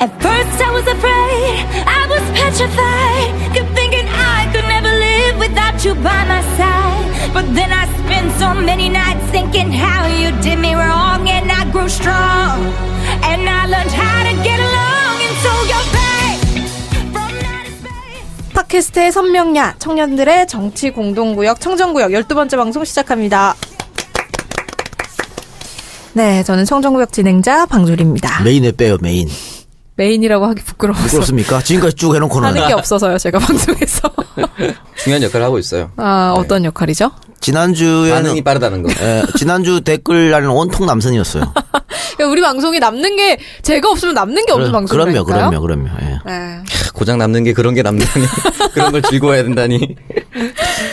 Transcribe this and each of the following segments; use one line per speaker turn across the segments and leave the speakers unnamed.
At first I was afraid, I was petrified, kept thinking I could never live without you by my side. But then I spent so many nights thinking how you did me wrong, and I grew strong, and I learned how to get along, and so you're back from outer space.
팟캐스트의 선명야 청년들의 정치 공동구역 청정구역 12번째 방송 시작합니다. 네, 저는 청정구역 진행자 방조리입니다.
메인에 빼요 메인
메인이라고 하기 부끄러워서
네. 부끄럽습니까? 지금까지 쭉 해놓은
하는
코너는
게 없어서요, 제가 방송에서.
중요한 역할을 하고 있어요.
네.
아, 어떤 역할이죠?
지난주에는
반응이 빠르다는 거.
예, 지난주 댓글 날은 온통 남선이었어요
그러니까 우리 방송에 남는 게 제가 없으면 남는 게 없는
그럼-
방송이니까요.
그럼요 그럼요 그럼요 예.
네.
고장 남는 게 그런 게 남다니. 그런 걸 즐거워야 된다니.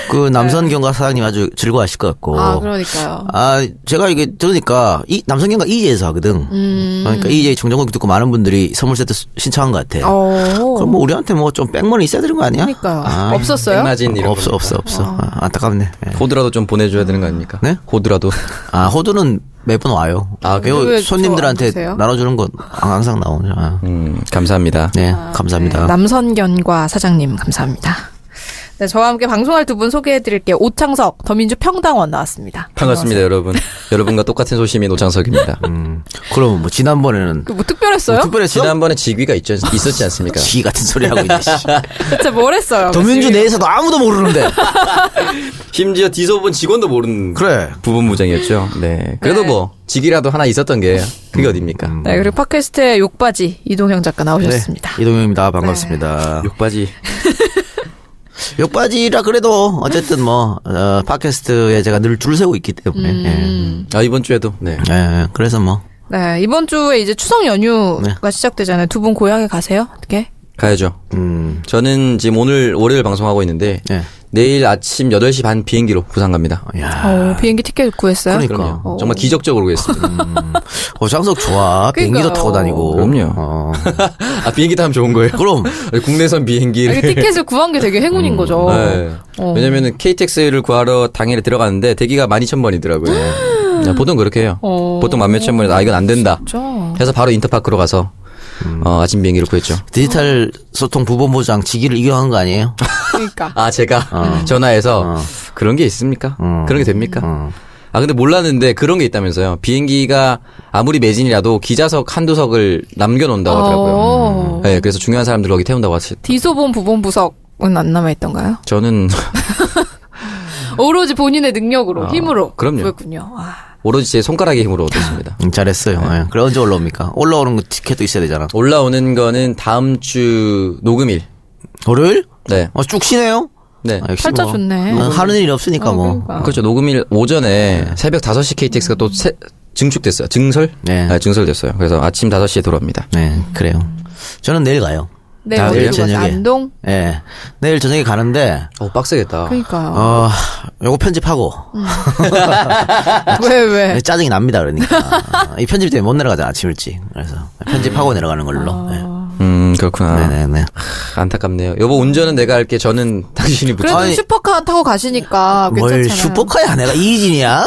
그 남선경과 사장님 아주 즐거워하실 것 같고
네. 아, 그러니까요.
아, 제가 이게 들으니까 이 남성경과 이재에서 하거든.
음.
그러니까 이재 정정국 듣고 많은 분들이 선물 세트 수- 신청한 것 같아.
어.
그럼 뭐 우리한테 뭐 좀 백머니 있어야 되는 거 아니야?
그러니까요.
아,
없었어요?
백마진 이런
없어
거.
없어 없어. 아, 안타깝네. 예.
호드라도 좀 보내줘야 되는 거 아닙니까?
네?
호드라도.
아 호두는 매번 와요.
아,
배우
왜
손님들한테
저안 드세요?
나눠주는 건 항상 나오죠. 아.
음, 감사합니다.
네, 감사합니다.
네, 남선견과 사장님 감사합니다. 네, 저와 함께 방송할 두 분 소개해 드릴게요. 오창석 더민주 평당원 나왔습니다.
반갑습니다, 여러분. 여러분과 똑같은 소심인 오창석입니다.
음, 그럼 뭐 지난번에는
그뭐 특별했어요?
특별히
지난번에 지귀가 있, 있었지 않습니까?
지 같은 소리 하고 있네. 씨.
진짜 뭘 했어요?
도민주 내에서도 아무도 모르는데.
심지어 디소본 직원도 모르는
그래.
부분무장이었죠. 네. 그래도 뭐, 지귀라도 하나 있었던 게 그게
음.
어딥니까?
네, 그리고 팟캐스트의 욕바지 이동형 작가 나오셨습니다. 네.
네, 이동영입니다. 반갑습니다.
욕바지.
욕바지라 그래도 어쨌든 뭐 어, 팟캐스트에 제가 늘 줄 세우고 있기 때문에
음.
아, 이번 주에도. 네.
예. 예, 그래서 뭐
네, 이번 주에 이제 추석 연휴가
네.
시작되잖아요. 두 분 고향에 가세요? 어떻게?
가야죠.
음,
저는 지금 오늘 월요일 방송하고 있는데
예.
내일 아침 8시 반 비행기로 부산 갑니다.
야,
어, 비행기 티켓 구했어요?
그러니까.
아. 그럼요. 정말 기적적으로 그랬습니다. 음.
어, 오장석 좋아. 비행기도
그러니까요.
타고 다니고.
그럼요.
어,
아 비행기 타면 좋은 거예요?
그럼
국내선
아니,
비행기를.
티켓을 구한 게 되게 행운인 거죠.
네.
어.
왜냐면은 KTX를 구하러 당일에 들어갔는데 대기가 12,000번이더라고요. 네, 보통 그렇게 해요.
어.
보통 만 몇천 번이 아 이건 안 된다.
그렇죠.
해서 바로 인터파크로 가서
음.
어, 아침 비행기를 구했죠.
디지털 소통 부본보장 직위를 이용한 거 아니에요?
그러니까.
아 제가
어.
전화해서 그런 게 있습니까?
음.
그런 게 됩니까? 아 근데 몰랐는데 그런 게 있다면서요. 비행기가 아무리 매진이라도 기자석 한두석을 남겨놓는다고 하더라고요.
어.
네, 그래서 중요한 사람들 거기 태운다고 하시.
디소본 부본 부석은 안 남아있던가요?
저는
오로지 본인의 능력으로, 힘으로.
그럼요.
그랬군요. 아,
오로지 제 손가락의 힘으로 얻었습니다.
음, 잘했어요. 예. 그래 언제 올라옵니까? 올라오는 거 티켓도 있어야 되잖아.
올라오는 거는 다음 주 녹음일.
월요일?
네.
어, 쭉 쉬네요.
네.
아, 역시
팔자
뭐,
좋네.
음, 하는 일이 없으니까 뭐.
그러니까.
그렇죠. 녹음일 오전에 새벽 5시 KTX가 또 새- 증축됐어요. 증설?
네.
증설됐어요. 그래서 아침 5시에 돌아옵니다.
네, 그래요. 저는 내일 가요.
네,
다
어디로
내일
가세요?
저녁에.
안동?
예. 내일 저녁에 가는데
어, 빡세겠다.
그러니까요.
어, 요거 편집하고
음. 아,
네,
왜, 왜?
짜증이 납니다. 그러니까 이 편집 때문에 못 내려가잖아 아침 일찍. 그래서 편집하고 내려가는 걸로.
아.
음,
네,
그렇구나.
네, 네.
크, 안타깝네요. 여보, 운전은 내가 할게. 저는 당신이 붙여.
그래도
아니,
슈퍼카 타고 가시니까 괜찮잖아요.
뭘 슈퍼카야? 내가 이진이야?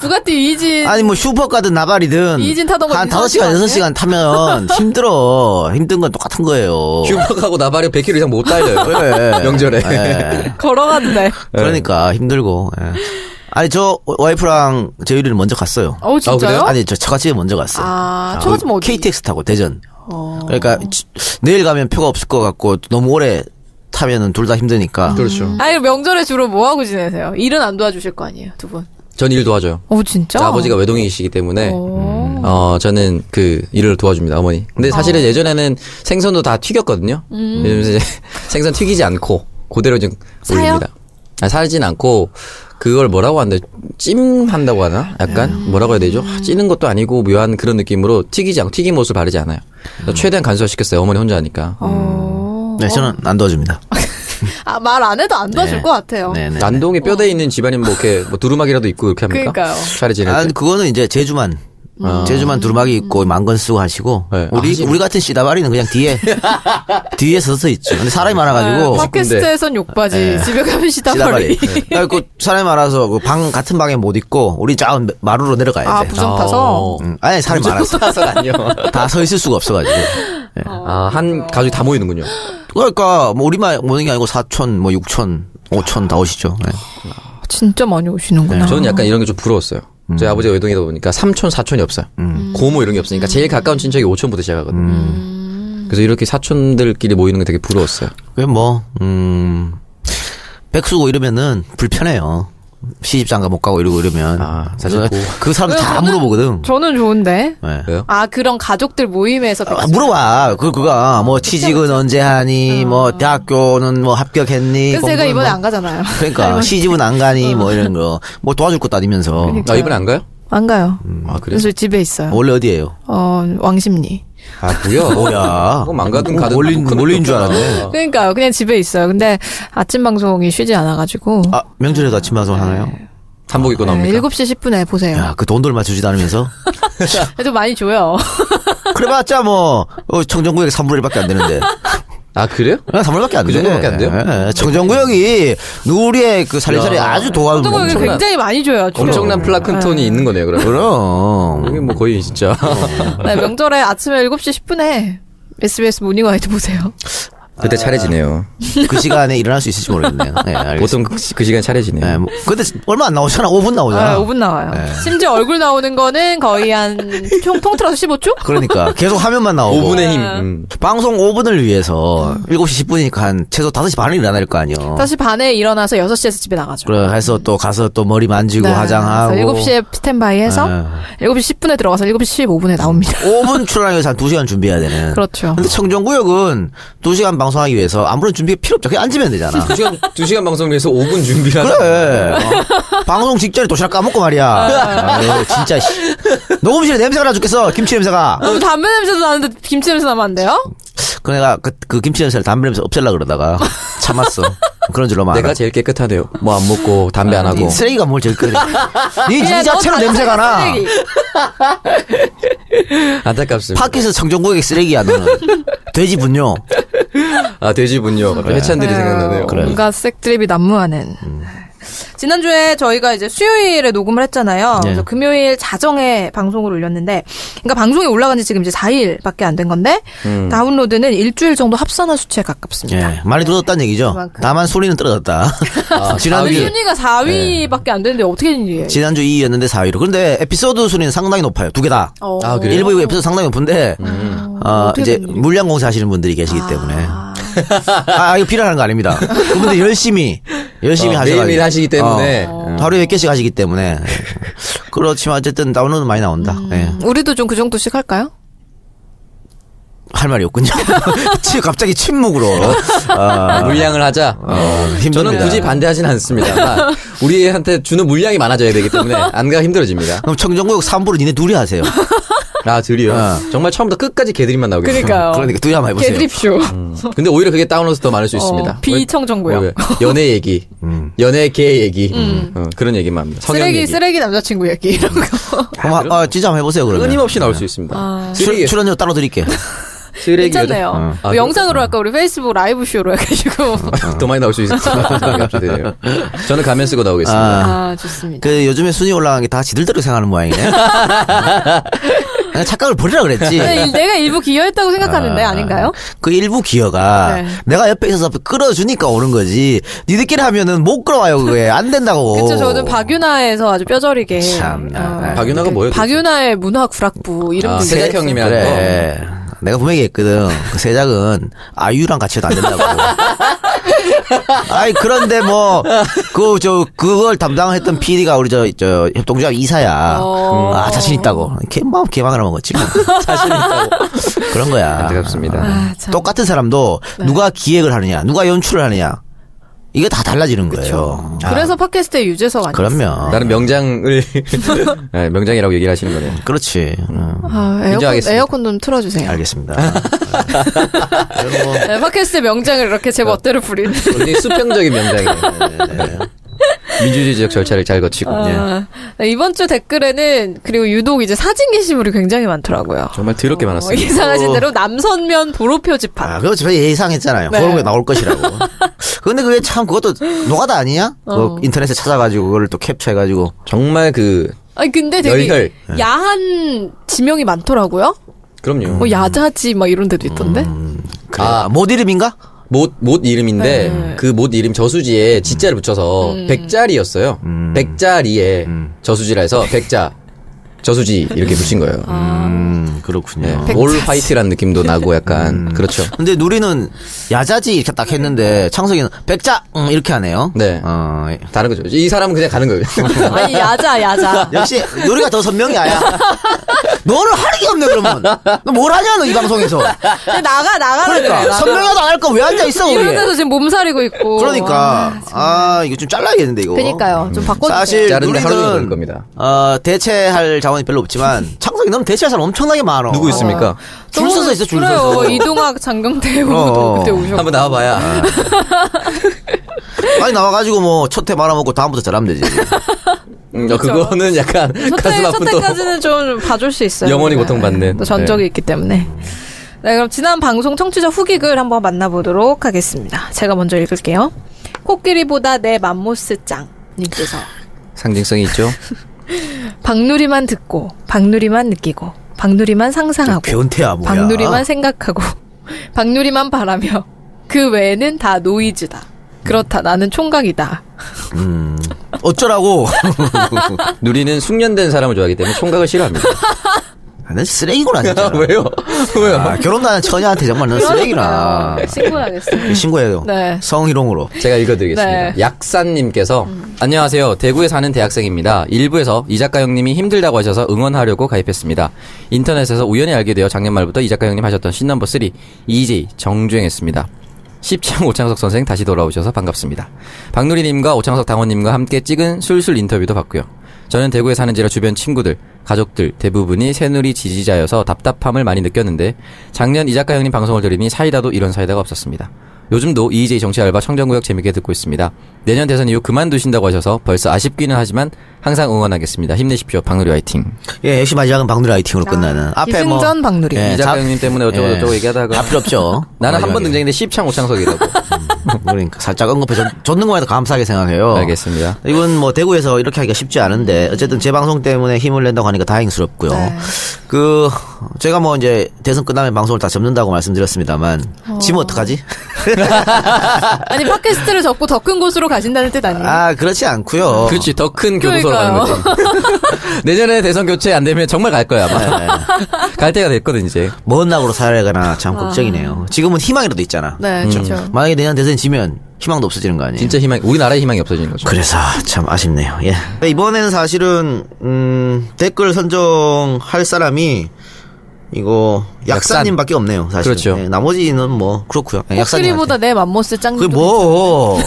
부가티 이진.
아니 뭐 슈퍼카든 나발이든
이진 타던 거
한
이상한
다섯 시간
거
여섯 시간 타면 힘들어. 힘든 건 똑같은 거예요.
슈퍼하고 나발이 100km 이상 못 달려요.
예.
명절에.
예.
걸어갔네.
그러니까 힘들고. 예. 아니 저 와이프랑 제유리는 먼저 갔어요.
어 진짜요?
그래요?
아니 저 처갓집에 먼저 갔어요.
아,
아,
처갓집
그
어디? 어.
KTX 타고 대전. 그러니까 지- 내일 가면 표가 없을 것 같고 너무 오래 타면은 둘 다 힘드니까.
그렇죠.
아니 명절에 주로 뭐 하고 지내세요? 일은 안 도와주실 거 아니에요, 두 분?
전 일도 하죠.
어 진짜?
저 아버지가 외동이시기 때문에
어.
어, 저는 그 일을 도와줍니다, 어머니. 근데 사실은 예전에는 생선도 다 튀겼거든요. 요즘은 이제 생선 튀기지 않고 그대로 지금
사요?
올립니다. 아, 살진 않고 그걸 뭐라고 한다 찜한다고 하나? 약간 뭐라고 해야 되죠? 아, 찌는 것도 아니고 묘한 그런 느낌으로 튀기지 않고 튀김 옷을 바르지 않아요. 그래서 최대한 간소화시켰어요. 어머니 혼자 하니까. 음.
어.
네, 저는 안 도와줍니다.
아, 말 안 해도 안 도와줄
네.
것 같아요.
네, 네.
난동에 뼈대 있는 집안이면 뭐 이렇게 뭐 두루마기라도 있고 이렇게 합니까?
아,
그러니까요.
차례 지낼 때.
난 그거는 이제 제주만
음.
제주만 두루마기 입고 만건 쓰고 하시고
네.
우리
아,
우리 같은 씨다바리는 그냥 뒤에 뒤에 서서 있죠. 근데 사람이 많아가지고
팟캐스트에선 욕바지, 집에 가면 시다발이.
씨다바리. 그고 사람이 많아서 그 방 같은 방에 못 있고 우리 저 마루로 내려가야 돼.
아, 부정 타서?
어.
음, 아니 사람이 많아서
아니요.
다 서 있을 수가 없어가지고. 예.
아, 한 가족이 다 모이는군요.
그러니까 뭐 우리만 모는 게 아니고 사촌, 뭐 육촌, 오촌 다 오시죠. 예.
진짜 많이 오시는구나.
네, 저는 약간 이런 게 좀 부러웠어요. 저희 아버지가 외동이다 보니까 삼촌, 사촌이 없어요.
음.
고모 이런 게 없으니까 제일 가까운 친척이 오촌부터 시작하거든요.
음.
그래서 이렇게 사촌들끼리 모이는 게 되게 부러웠어요.
그게 뭐, 음, 백수고 이러면은 불편해요. 시집장가 못 가고 이러고 이러면.
아,
그래서
자식고. 네.
그 사람 다
저는-
물어보거든.
저는 좋은데.
예.
왜요?
아, 그런 가족들 모임에서.
아, 물어봐. 그, 그가, 뭐, 취직은 언제 하니, 뭐, 대학교는 뭐, 합격했니.
어. 그래서 제가
공부는
이번에
뭐-
안 가잖아요.
음.
그러니까, 시집은 안 가니, 뭐, 이런 거. 뭐, 도와줄 것도 아니면서.
아, 이번에 안 가요?
안 가요.
음.
아, 그래요?
그래서 집에 있어요.
원래 어디에요?
어, 왕십리.
아, 뭐야.
뭐야.
그럼 안 가든
뭐,
가든.
몰린-
큰
몰린
의미
줄
없잖아.
알았네.
그러니까요. 그냥 집에 있어요. 근데 아침 방송이 쉬지 않아가지고.
아, 명절에도 아침 방송 하나요?
한복
아,
입고
네,
나옵니까?
7시 10분에 보세요.
야, 그 돈들 맞춰주지도 않으면서.
그래도 많이 줘요.
그래봤자 뭐, 어, 청정구역에 3분의 1밖에 안 되는데.
아, 그래요?
예, 3월밖에 안
그
돼.
정도밖에 안 돼요?
예, 청정구역이 누리의 그 살림살이
야.
아주 도와주고
그거
엄청난-
굉장히 많이 줘요. 주로.
엄청난
네.
플라큰 톤이 있는 거네요, 그러면. 이게
그럼.
뭐 거의 진짜.
네, 명절에 아침에 7시 10분에 SBS 모닝와이드 보세요.
그때 차례지네요.
그 시간에 일어날 수 있을지 모르겠네요. 예, 알겠습니다.
보통 그, 시- 그 시간 차례지네요.
예, 뭐, 근데 얼마 안 나오잖아. 5분 나오잖아.
아, 5분 나와요.
네.
심지어 얼굴 나오는 거는 거의 한 총 통틀어서 15초?
그러니까 계속 화면만 나오고.
5분의 힘. 음.
방송 5분을 위해서 7시 10분이니까 한 최소 5시 반에 일어날 거 아니에요.
다시 반에 일어나서 6시에서 집에 나가죠.
그래 해서 또 가서 또 머리 만지고 화장하고.
네, 7시에 스탠바이 해서
네.
7시 10분에 들어가서 7시 15분에 나옵니다.
5분 출연하기 위해서 한 2시간 준비해야 되는.
그렇죠.
근데 청정구역은 2시간 방송하기 위해서 아무런 준비가 필요 없죠. 그냥 앉으면 되잖아.
2시간, 2시간 방송 위해서 5분 준비를 하는
그래. 어. 방송 직전에 도시락 까먹고 말이야. 아유, 진짜, 씨. 녹음실에 냄새가 나 죽겠어. 김치 냄새가.
너무 담배 냄새도 나는데 김치 냄새 나면 안 돼요?
그 내가 그, 그 김치 냄새를 담배 냄새 없애려고 그러다가 참았어. 그런 줄로 말아.
내가 제일 깨끗하네요. 뭐 안 먹고 담배 안 하고.
네 쓰레기가 뭘 제일 그래. 니
그냥
자체로
너
냄새가 나.
쓰레기. 그렇죠.
안타깝습니다.
밖에서 정전구역이 쓰레기야, 너는. 돼지 분뇨.
아 돼지분요. 갑자기 해찬들이 생각나네요. 음.
뭔가 색드립이 난무하는. 네. 지난주에 저희가 이제 수요일에 녹음을 했잖아요.
네.
그래서 금요일 자정에 방송을 올렸는데, 그러니까 방송이 올라간 지 지금 이제 4일밖에 안 된 건데,
음.
다운로드는 일주일 정도 합산한 수치에 가깝습니다.
예. 많이 떨어졌다는 얘기죠.
그만큼.
다만 소리는 떨어졌다.
아니,
지난주,
순위가 4위밖에 안 되는데 어떻게 된 일이에요?
지난주 2위였는데 4위로. 그런데 에피소드 순위는 상당히 높아요. 두 개 다.
어.
아, 그래요? 음.
일부 에피소드 상당히 높은데 아,
어떻게
이제
된 일이에요?
물량 공사하시는 분들이 계시기 때문에 아 이거 필요한 거 아닙니다. 그분들 열심히 열심히
어,
하셔
매일매일 하시기 때문에.
하루에 몇 개씩 하시기 때문에 그렇지만 어쨌든 다운로드 많이 나온다. 예.
우리도 좀 그 정도씩 할까요?
할 말이 없군요. 치- 갑자기 침묵으로 아,
물량을 하자.
힘듭니다.
저는 굳이 반대하진 않습니다만 우리한테 주는 물량이 많아져야 되기 때문에 안가 힘들어집니다.
그럼 청정구역 3부를 니네 둘이 하세요.
아 드디어
어.
정말 처음부터 끝까지 개들이만 나오게.
그러니까요.
그러니까 둘이 한번 해보세요.
개드립쇼.
근데 오히려 그게 다운로드 더 많을 수 있습니다.
비청정구역.
왜- 왜- 연애 얘기, 연애 개 얘기 어, 그런 얘기만 합니다. 성형
쓰레기,
얘기.
쓰레기 남자친구 얘기 이런 거.
그럼 한- 아, 진짜 한번 해보세요 그러면.
끊임없이 나올 수 있습니다. 쓰레기,
출, 출연료 따로 드릴게.
쓰레기
괜찮네요.
여자-
뭐
아, 그-
영상으로 할까? 우리 페이스북 라이브 쇼로 해가지고.
더 많이 나올 수 있을 것 같은 갑자기 드네요. 저는 가면 쓰고 나오겠습니다.
아, 좋습니다.
그 요즘에 순위 올라간 게 다 지들대로 생각하는 모양이네. 내가 착각을 버리라 그랬지.
근데 네, 일- 내가 일부 기여했다고 생각하는데 아닌가요?
그 일부 기여가
네.
내가 옆에 있어서 끌어주니까 오는 거지. 니들끼리 하면은 못 끌어와요 그게 안 된다고.
그쵸, 저는 박윤아에서 아주 뼈저리게.
참나.
어,
박윤아가 뭐예요?
박윤아의 문화구락부 이름도
아,
있어요.
세작 형님이랑
그래. 네. 내가 분명히 얘기했거든. 그 세작은 아이유랑 같이 해도 안 된다고. 아이 그런데 뭐 그 저 그걸 담당했던 PD가 우리 저 저 협동조합 이사야.
어.
아 자신 있다고. 개망 개망을 먹었지. 뭐.
자신 있다고.
그런 거야.
아, 안타깝습니다. 네.
아, 참.
똑같은 사람도 누가 기획을 하느냐, 누가 연출을 하느냐. 이게 다 달라지는 거예요. 아,
그래서 팟캐스트의 유재석 아니에요?
그럼요.
나는 명장을 네, 명장이라고 얘기를 하시는 거네요.
그렇지. 음,
아, 에어컨,
인정하겠습니다.
에어컨 좀 틀어주세요.
알겠습니다. 뭐 그리고 뭐,
어.
네, 팟캐스트 명장을 이렇게 제 멋대로 부리는.
굉장히 수평적인 명장이에요.
네, 네.
민주주의 지적 절차를 잘 거치고 네.
아, 이번 주 댓글에는 그리고 유독 이제 사진 게시물이 굉장히 많더라고요.
정말 더럽게
어,
많았어요.
이상하신 대로 남선면 도로표 집합.
아, 그거 저 예상했잖아요.
네.
그런 게 나올 것이라고. 근데 그게 참 그것도 노가다 아니냐?
어.
그거 인터넷에 찾아가지고 그걸 또 캡처해가지고.
정말 그
아니 근데 되게
열혈.
네.
야한 지명이 많더라고요.
그럼요.
음.
뭐 야자지 막 이런 데도 있던데.
그래. 아, 못 이름인가?
못, 못 이름인데,
네.
그 못 이름 저수지에 지자를 붙여서,
음.
백자리였어요. 백자리에 저수지라 해서, 백자, 저수지, 이렇게 붙인 거예요.
아.
음, 그렇군요.
네. 올 화이트란 느낌도 나고, 약간, 그렇죠.
근데 누리는 야자지 이렇게 딱 했는데 창석이는 백자 음, 이렇게 하네요.
네.
어, 예.
다른 거죠. 이 사람은 그냥 가는 거예요.
아니 야자 야자.
역시 누리가 더 선명해 아야. 너는 하는 게 없네 그러면. 너 뭘 하냐 너 이 방송에서.
근데 나가 나가라 그래.
그러니까
나가.
선명하도 안 할 거 왜 앉아 있어 우리.
네, 이러면서 지금 몸살이고 있고.
그러니까 아 이거 좀 잘라야겠는데 이거.
그니까요. 좀 바꿔주세요.
사실
자른데 하루 종일
누리는
걸릴 겁니다.
어, 대체할 자원이 별로 없지만 창석이 너는 대체할 사람 엄청나게 많아. 어.
누구 있습니까?
줄 서서 있어 줄 서서.
그래요. 이동학 장경태
어.
후보도 그때 오셨고.
한번 나와봐야.
많이 나와가지고 뭐 첫회 말아먹고 다음부터 잘하면 되지.
음, 어, 그거는 약간 가슴
첫
아픈 또.
때까지는 좀 봐줄 수 있어요.
영원히
우리가.
고통받는.
또 전적이
네.
있기 때문에. 네, 그럼 지난 방송 청취자 후기글 한번 만나보도록 하겠습니다. 제가 먼저 읽을게요. 코끼리보다 내 맘모스 짱. 님께서
상징성이 있죠?
박누리만 듣고 박누리만 느끼고 박누리만 상상하고
변태야 아, 뭐야.
박누리만 생각하고 박누리만 바라며 그 외에는 다 노이즈다. 그렇다 나는 총각이다.
어쩌라고.
누리는 숙련된 사람을 좋아하기 때문에 총각을 싫어합니다.
아, 난 쓰레기구나 진짜.
왜요? 왜요?
아, 결혼도 안 한 처녀한테 정말 넌 쓰레기구나.
신고하겠습니다.
신고해요.
네.
성희롱으로.
제가 읽어드리겠습니다.
네.
약사님께서 안녕하세요. 대구에 사는 대학생입니다. 일부에서 이작가 형님이 힘들다고 하셔서 응원하려고 가입했습니다. 인터넷에서 우연히 알게 되어 작년 말부터 이작가 형님 하셨던 신넘버 3 EJ 정주행했습니다. 10창 오창석 선생 다시 돌아오셔서 반갑습니다. 박누리님과 오창석 당원님과 함께 찍은 술술 인터뷰도 봤고요. 저는 대구에 사는지라 주변 친구들, 가족들 대부분이 새누리 지지자여서 답답함을 많이 느꼈는데 작년 이작가 형님 방송을 들으니 사이다도 이런 사이다가 없었습니다. 요즘도 EJ 정치 알바 청정구역 재밌게 듣고 있습니다. 내년 대선 이후 그만두신다고 하셔서 벌써 아쉽기는 하지만 항상 응원하겠습니다. 힘내십시오. 박누리 화이팅.
예, 역시 마지막은 박누리 아이팅으로 끝나는. 앞에 뭐.
기승전 박누리.
예,
이 작가
잡-
형님 때문에 어쩌고
예.
저쩌고 얘기하다가
다 필요 없죠.
나는 한 번
마지막에.
등장인데 10창 5창석이라고.
그러니까 살짝 언급해 줬- 줬는 것만 해도 감사하게 생각해요.
어. 알겠습니다.
이건 뭐 대구에서 이렇게 하기가 쉽지 않은데 어쨌든 제 방송 때문에 힘을 낸다고 하니까 다행스럽고요.
네.
그 제가 뭐 이제 대선 끝나면 방송을 다 접는다고 말씀드렸습니다만 지금 어떡하지?
아니 팟캐스트를 접고 더 큰 곳으로 가신다는 뜻 아니에요?
아 그렇지 않고요.
그렇지 더 큰 교도소로 가는 거지. 내년에 대선 교체 안 되면 정말 갈 거야 아마. 갈 때가 됐거든 이제.
먼 낙으로 살아가나 참 걱정이네요. 지금은 희망이라도 있잖아. 음.
네, 그렇죠.
만약에 내년 대선 지면 희망도 없어지는 거 아니에요?
진짜 희망 우리나라의 희망이 없어지는 거죠.
그래서 참 아쉽네요. 예. 이번에는 사실은 음, 댓글 선정할 사람이 이거 약사님밖에 없네요. 사실.
그렇죠.
예, 나머지는 뭐 그렇고요. 예,
코끼리보다 내 맘모스 짱.
그게 뭐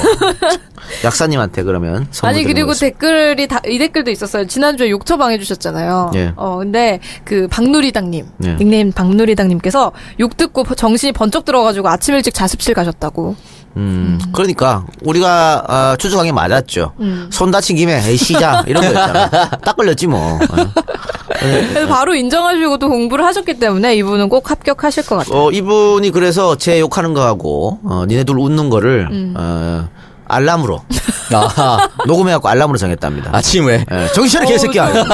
약사님한테 그러면 선물
아니
드리는
그리고
거죠.
댓글이 다 이 댓글도 있었어요. 지난주에 욕처방 해주셨잖아요.
예.
어 근데 그 박누리당님
예.
닉네임 박누리당님께서 욕 듣고 버- 정신이 번쩍 들어가지고 아침 일찍 자습실 가셨다고.
음, 그러니까 우리가 아, 추적한 게 맞았죠.
음.
손 다친 김에 에이 시자 이런 거였잖아. 딱 걸렸지 뭐. 예.
그래서 바로 인정하시고 또 공부를 하셨기 때문에 이분은 꼭 합격하실 것 같아요.
어, 이분이 그래서 제 욕하는 거하고, 어, 니네들 웃는 거를,
음.
어, 알람으로.
아,
녹음해갖고 알람으로 정했답니다.
아침에
예, 정신차려,
어,
개새끼야.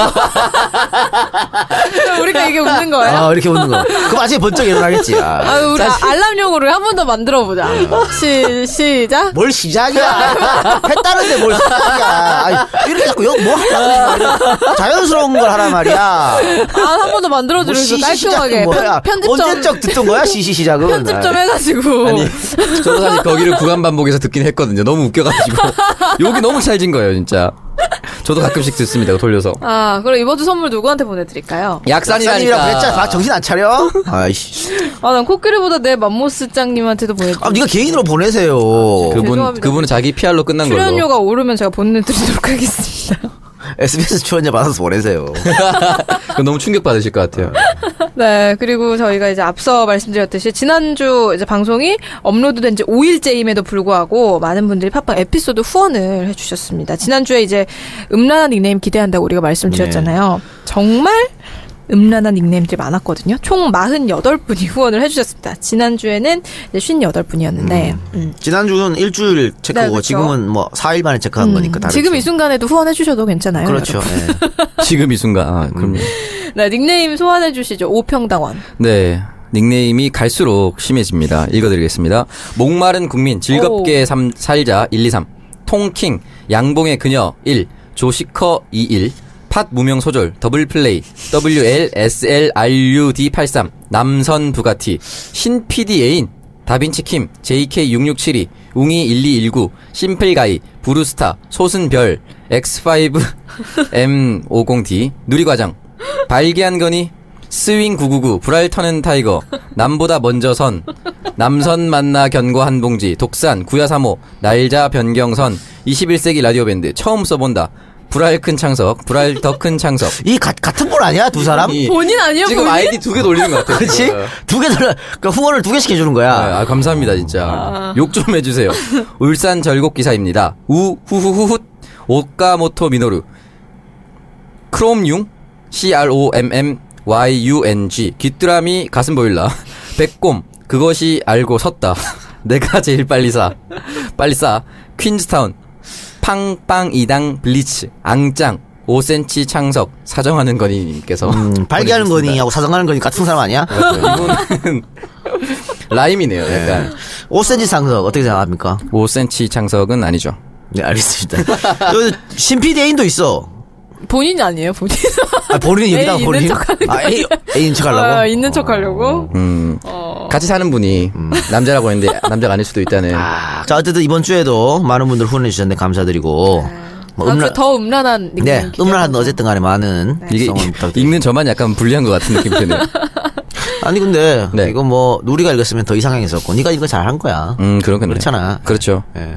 우리가 이게 웃는 거예요?
아, 이렇게 웃는 거. 그럼 아침에 번쩍 일어나겠지. 아,
아, 우리 아- 알람용으로 한 번 더 만들어 보자. 시, 시작.
뭘 시작이야. 했다는데 뭘 시작이야. 아니, 이렇게 자꾸 욕 뭐 하려고 그러냐. 자연스러운 걸 하란 말이야.
아, 한 번 더 만들어
뭐
주면서
시시
깔끔하게
시작은 뭐야.
편, 편집 좀
언제적 네. 듣던 거야, 시시 시작은. 아,
편집 좀 해가지고.
아니 저도 사실 거기를 구간 반복해서 듣긴 했거든요. 너무 웃겨가지고 욕이 너무 찰진 거예요 진짜. 저도 가끔씩 듣습니다 돌려서.
아, 그럼 이번 주 선물 누구한테 보내드릴까요?
약사님이라고
약산이라니까.
했잖아. 아, 정신 안 차려? 아이씨.
아, 난 코끼리보다 내 맘모스짱님한테도 보내드릴게요.
아, 니가 개인으로 보내세요.
그분
죄송합니다.
그분은 자기 PR로 끝난 걸로.
출연료가 오르면 제가 보내드리도록 하겠습니다.
SBS 출연자 받아서 보내세요.
그거 너무 충격 받으실 것 같아요.
네, 그리고 저희가 이제 앞서 말씀드렸듯이 지난주 이제 방송이 업로드된 지 5일째임에도 불구하고 많은 분들이 팟빵 에피소드 후원을 해주셨습니다. 지난주에 이제 음란한 닉네임 기대한다고 우리가 말씀드렸잖아요.
네.
정말 음란한 닉네임들이 많았거든요. 총 48분이 후원을 해주셨습니다. 지난주에는 이제 58분이었는데.
음.
음.
지난주는 일주일
네,
체크고
그쵸. 음,
지금은 뭐 4일 만에 체크한 거니까 그러니까 다르죠.
지금 이 순간에도 후원해주셔도 괜찮아요.
그렇죠.
여러분.
예.
지금 이 순간. 아, 그럼요.
네, 닉네임 소환해주시죠. 오평당원.
네. 닉네임이 갈수록 심해집니다. 읽어드리겠습니다. 목마른 국민, 즐겁게 삼- 살자 1, 2, 3. 통킹, 양봉의 그녀 1. 조시커 2, 1. 팟 무명 소절, 더블 플레이, WLSLRUD83, 남선 부가티, 신 PD 애인, 다빈치 킴, JK6672, 웅이1219, 심플가이, 브루스타, 소순별, X5M50D, 누리과장, 발기한 건이, 스윙 999, 불알 터는 타이거, 남보다 먼저 선, 남선 만나 견고 한 봉지, 독산, 구야삼호, 날자 변경선, 21세기 라디오 밴드, 처음 써본다, 불알 큰 창석, 불알 더 큰 창석.
이 가- 같은 분 아니야 두 사람?
이-
본인 아니에요,
지금
본인?
아이디 두 개 돌리는 것 같아요. 어.
그렇지?
지금.
두 개를 그러니까 후원을 두 개씩 해주는 거야.
아, 아, 감사합니다 진짜 욕 좀 해주세요 울산 절곡 기사입니다 우 후후후훗 오카모토 미노루 크롬융 C R O M M Y U N G 귀뚜라미 가슴 보일라 백곰 그것이 알고 섰다 내가 제일 빨리 사 빨리 싸 퀸즈타운 팡빵 이당 블리츠 앙짱 5cm 창석 사정하는 건이님께서
음, 발기하는
보내주셨습니다. 네.
거니하고 사정하는 거니 같은 사람 아니야?
이분은 라임이네요 약간
5cm 상석 어떻게 생각합니까?
5cm 창석은 아니죠.
네 알겠습니다. 여기 신피 대인도 있어.
본인 아니에요, 본인.
아, 본인 얘기다
애인
본인.
네, 있는 척하는
아, 애인, 애인 척하려고.
아, 있는 척 하려고.
음. 같이 사는 분이 남자라고 했는데 남자가 음. 아닐 수도 있다는.
아, 자 어쨌든 이번 주에도 많은 분들 후원해 주셨는데 감사드리고. 뭐
아, 그더 음란한 닉네임.
네,
기대하면서.
음란한 어쨌든 간에 많은
네.
이게
성원 부탁드립니다.
읽는 저만 약간 불리한 것 같은 느낌이 드네요.
아니 근데
네.
이거 뭐 누리가 읽었으면 더 이상형이었고 네가 읽거 잘한 거야.
음, 그렇겠네요.
그렇잖아.
그렇죠.
예.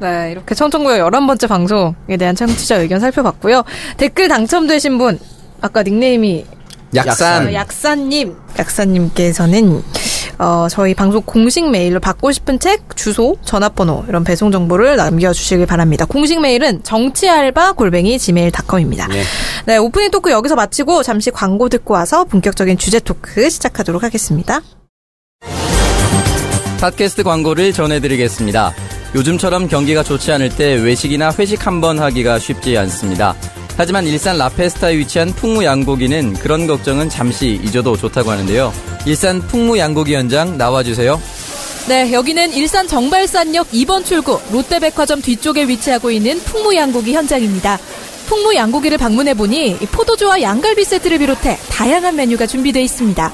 네, 이렇게 청정구역 11번째 방송에 대한 청취자 의견 살펴봤고요. 댓글 당첨되신 분, 아까 닉네임이
약산.
어, 약사님. 약사님께서는 어, 저희 방송 공식 메일로 받고 싶은 책, 주소, 전화번호 이런 배송 정보를 남겨주시길 바랍니다. 공식 메일은 정치알바 골뱅이 gmail.com입니다.
예.
네. 오프닝 토크 여기서 마치고 잠시 광고 듣고 와서 본격적인 주제 토크 시작하도록 하겠습니다.
팟캐스트 광고를 전해드리겠습니다. 요즘처럼 경기가 좋지 않을 때 외식이나 회식 한 번 하기가 쉽지 않습니다. 하지만 일산 라페스타에 위치한 풍무 양고기는 그런 걱정은 잠시 잊어도 좋다고 하는데요. 일산 풍무 양고기 현장 나와주세요.
네, 여기는 일산 정발산역 2번 출구 롯데백화점 뒤쪽에 위치하고 있는 풍무 양고기 현장입니다. 풍무 양고기를 방문해 보니 포도주와 양갈비 세트를 비롯해 다양한 메뉴가 준비되어 있습니다.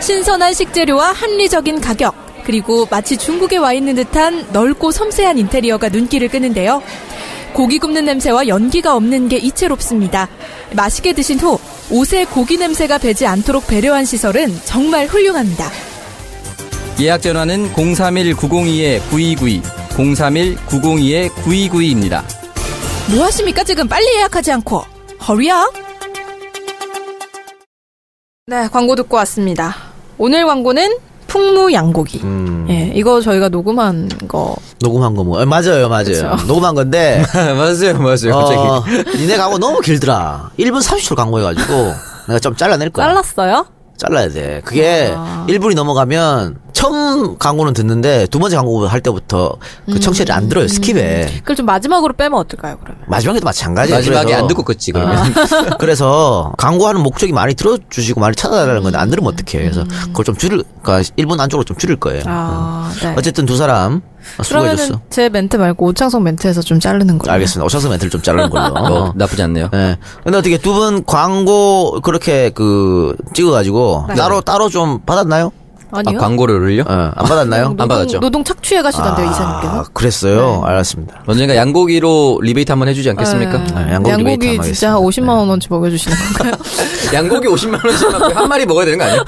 신선한 식재료와 합리적인 가격, 그리고 마치 중국에 와 있는 듯한 넓고 섬세한 인테리어가 눈길을 끄는데요. 고기 굽는 냄새와 연기가 없는 게 이채롭습니다. 맛있게 드신 후 옷에 고기 냄새가 배지 않도록 배려한 시설은 정말 훌륭합니다.
예약 전화는 031-902-9292, 031-902-9292입니다.
뭐 하십니까 지금 빨리 예약하지 않고 허리야 네 광고 듣고 왔습니다 오늘 광고는 풍무 양고기
음.
예 이거 저희가 녹음한 거
녹음한 거 뭐. 아, 맞아요, 맞아요. 녹음한 건데.
맞아요, 맞아요.
어, 니네 광고 너무 길더라. 1분 30초 광고해가지고. 내가 좀 잘라낼 거야.
잘랐어요
잘라야 돼. 그게
아.
1분이 넘어가면 처음 광고는 듣는데 두 번째 광고 할 때부터 그
음.
청취를 안 들어요. 스킵에.
그걸 좀 마지막으로 빼면 어떨까요 그러면
마지막에도 마찬가지예요.
마지막에
그래서-
안 듣고 끝지, 그러면.
아, 그래서 광고하는 목적이 많이 들어주시고 많이 찾아달라는 건데 안 들으면 어떡해. 그래서 그걸 좀 줄일, 그러니까 1분 안쪽으로 좀 줄일 거예요.
음. 아, 네.
음. 어쨌든 두 사람 아,
그러면은
수고해줬어.
제 멘트 말고 오창석 멘트에서 좀 자르는 걸로
알겠습니다. 오셔서 멘트를 좀 자르는 걸로.
뭐, 나쁘지 않네요.
예. 근데 어떻게 두 분 광고 그렇게 그 찍어가지고
네.
따로 따로 좀 받았나요?
아,
아니요
광고료를요?
예, 안 받았나요?
안 받았죠.
노동 착취해 가시던데요
아,
이사님께서 네.
그랬어요. 알았습니다.
언젠가 양고기로 리베이트 한번 해주지 않겠습니까?
네, 양고기
양고기,
리베이트 한번
진짜 한
하겠습니다. 네.
50만 원어치 먹여주시는 건가요?
양고기 50만원씩만 한 마리 먹어야 되는 거 아니에요?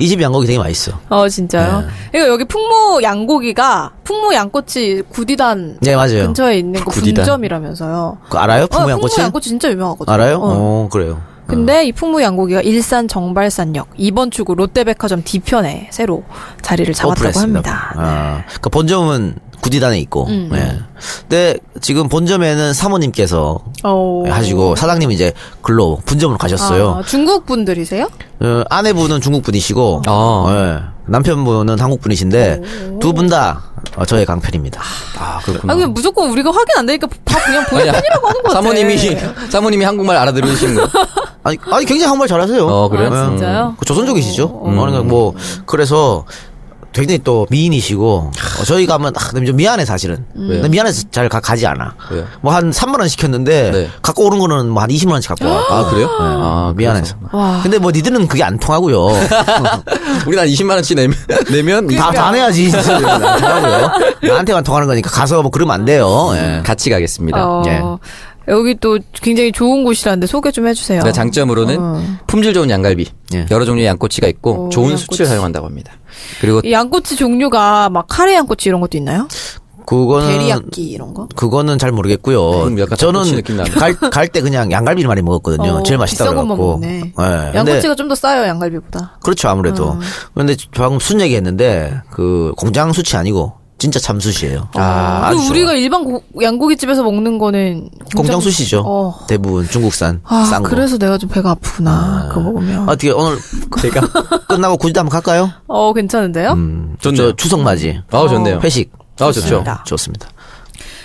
이 집 양고기 되게 맛있어.
어 진짜요?
네.
이거 여기 풍무 양고기가 풍무 양꼬치 구디단
네 맞아요.
근처에 있는 거
구디단?
분점이라면서요.
그거 알아요?
어,
풍무 양꼬치?
진짜 유명하거든요.
알아요?
어.
어, 그래요.
근데 이 풍무양고기가 일산 정발산역 2번 출구 롯데백화점 뒤편에 새로 자리를 잡았다고 합니다.
어, 아, 그 본점은 구디단에 있고.
음.
예. 근데 지금 본점에는 사모님께서
어.
하시고 사장님 이제 글로 분점으로 가셨어요.
아, 중국 분들이세요?
어, 아내분은 중국 분이시고
아.
예. 남편분은 한국 분이신데 두 분 다 어, 저의 강편입니다.
아 그렇구나.
아, 그냥 무조건 우리가 확인 안 되니까 다 그냥 보여
아니야.
편이라고 하는 것 같아.
네.
네.
사모님이 사모님이 한국말 알아들으신 거.
아니, 아니 굉장히 한국말 잘하세요.
어 그래요?
아,
음.
진짜요?
그 조선족이시죠. 그러니까 뭐 그래서 굉장히 또 미인이시고 어, 저희가 하면 아, 근데 좀 미안해 사실은.
음.
근데 미안해서 잘 가, 가지 않아.
왜요?
뭐 한 3만 원 시켰는데
네.
갖고 오는 거는 뭐 한 20만 원씩 갖고 와.
아 그래요? 아
미안해서.
와.
근데 뭐 니들은 그게 안 통하고요.
그래서. 우리 난 20만 원치 내면 내면
그러니까.
다, 다 내야지. 니들은 안 통하고요. 나한테만 통하는 거니까 가서 뭐 그러면 안 돼요.
음.
예.
네. 같이 가겠습니다.
어,
예.
여기 또 굉장히 좋은 곳이라는데 소개 좀 해주세요.
네, 장점으로는 품질 좋은 양갈비,
예.
여러 종류의 양꼬치가 있고
어. 오,
좋은
양꼬치.
수치를 사용한다고 합니다. 그리고
이 양꼬치 종류가 막 카레 양꼬치 이런 것도 있나요?
그거는
데리야끼 이런 거?
그거는 잘
음,
모르겠고요.
약간 닭꼬치
저는
느낌 나네.
갈 갈 때 그냥 양갈비를 많이 먹었거든요.
어,
제일 맛있다
비싼 것만
그래갖고.
먹네.
예. 근데
양꼬치가 좀 더 싸요 양갈비보다.
그렇죠 아무래도. 그런데 방금 순 얘기했는데 그 공장 수치 아니고 진짜 참수시예요.
아,
아주
그
좋아요.
우리가 일반 고- 양고기집에서 먹는 거는
공장 수시죠.
어.
대부분 중국산
아,
싼 거. 예.
그래서 내가 좀 배가 아프구나. 그거 먹으면.
어떻게 오늘
제가
끝나고 굳이 한번 갈까요?
어, 괜찮은데요?
음,
좋네요.
저 추석 맞이
아 좋네요.
회식.
아 좋죠.
좋습니다.
좋습니다.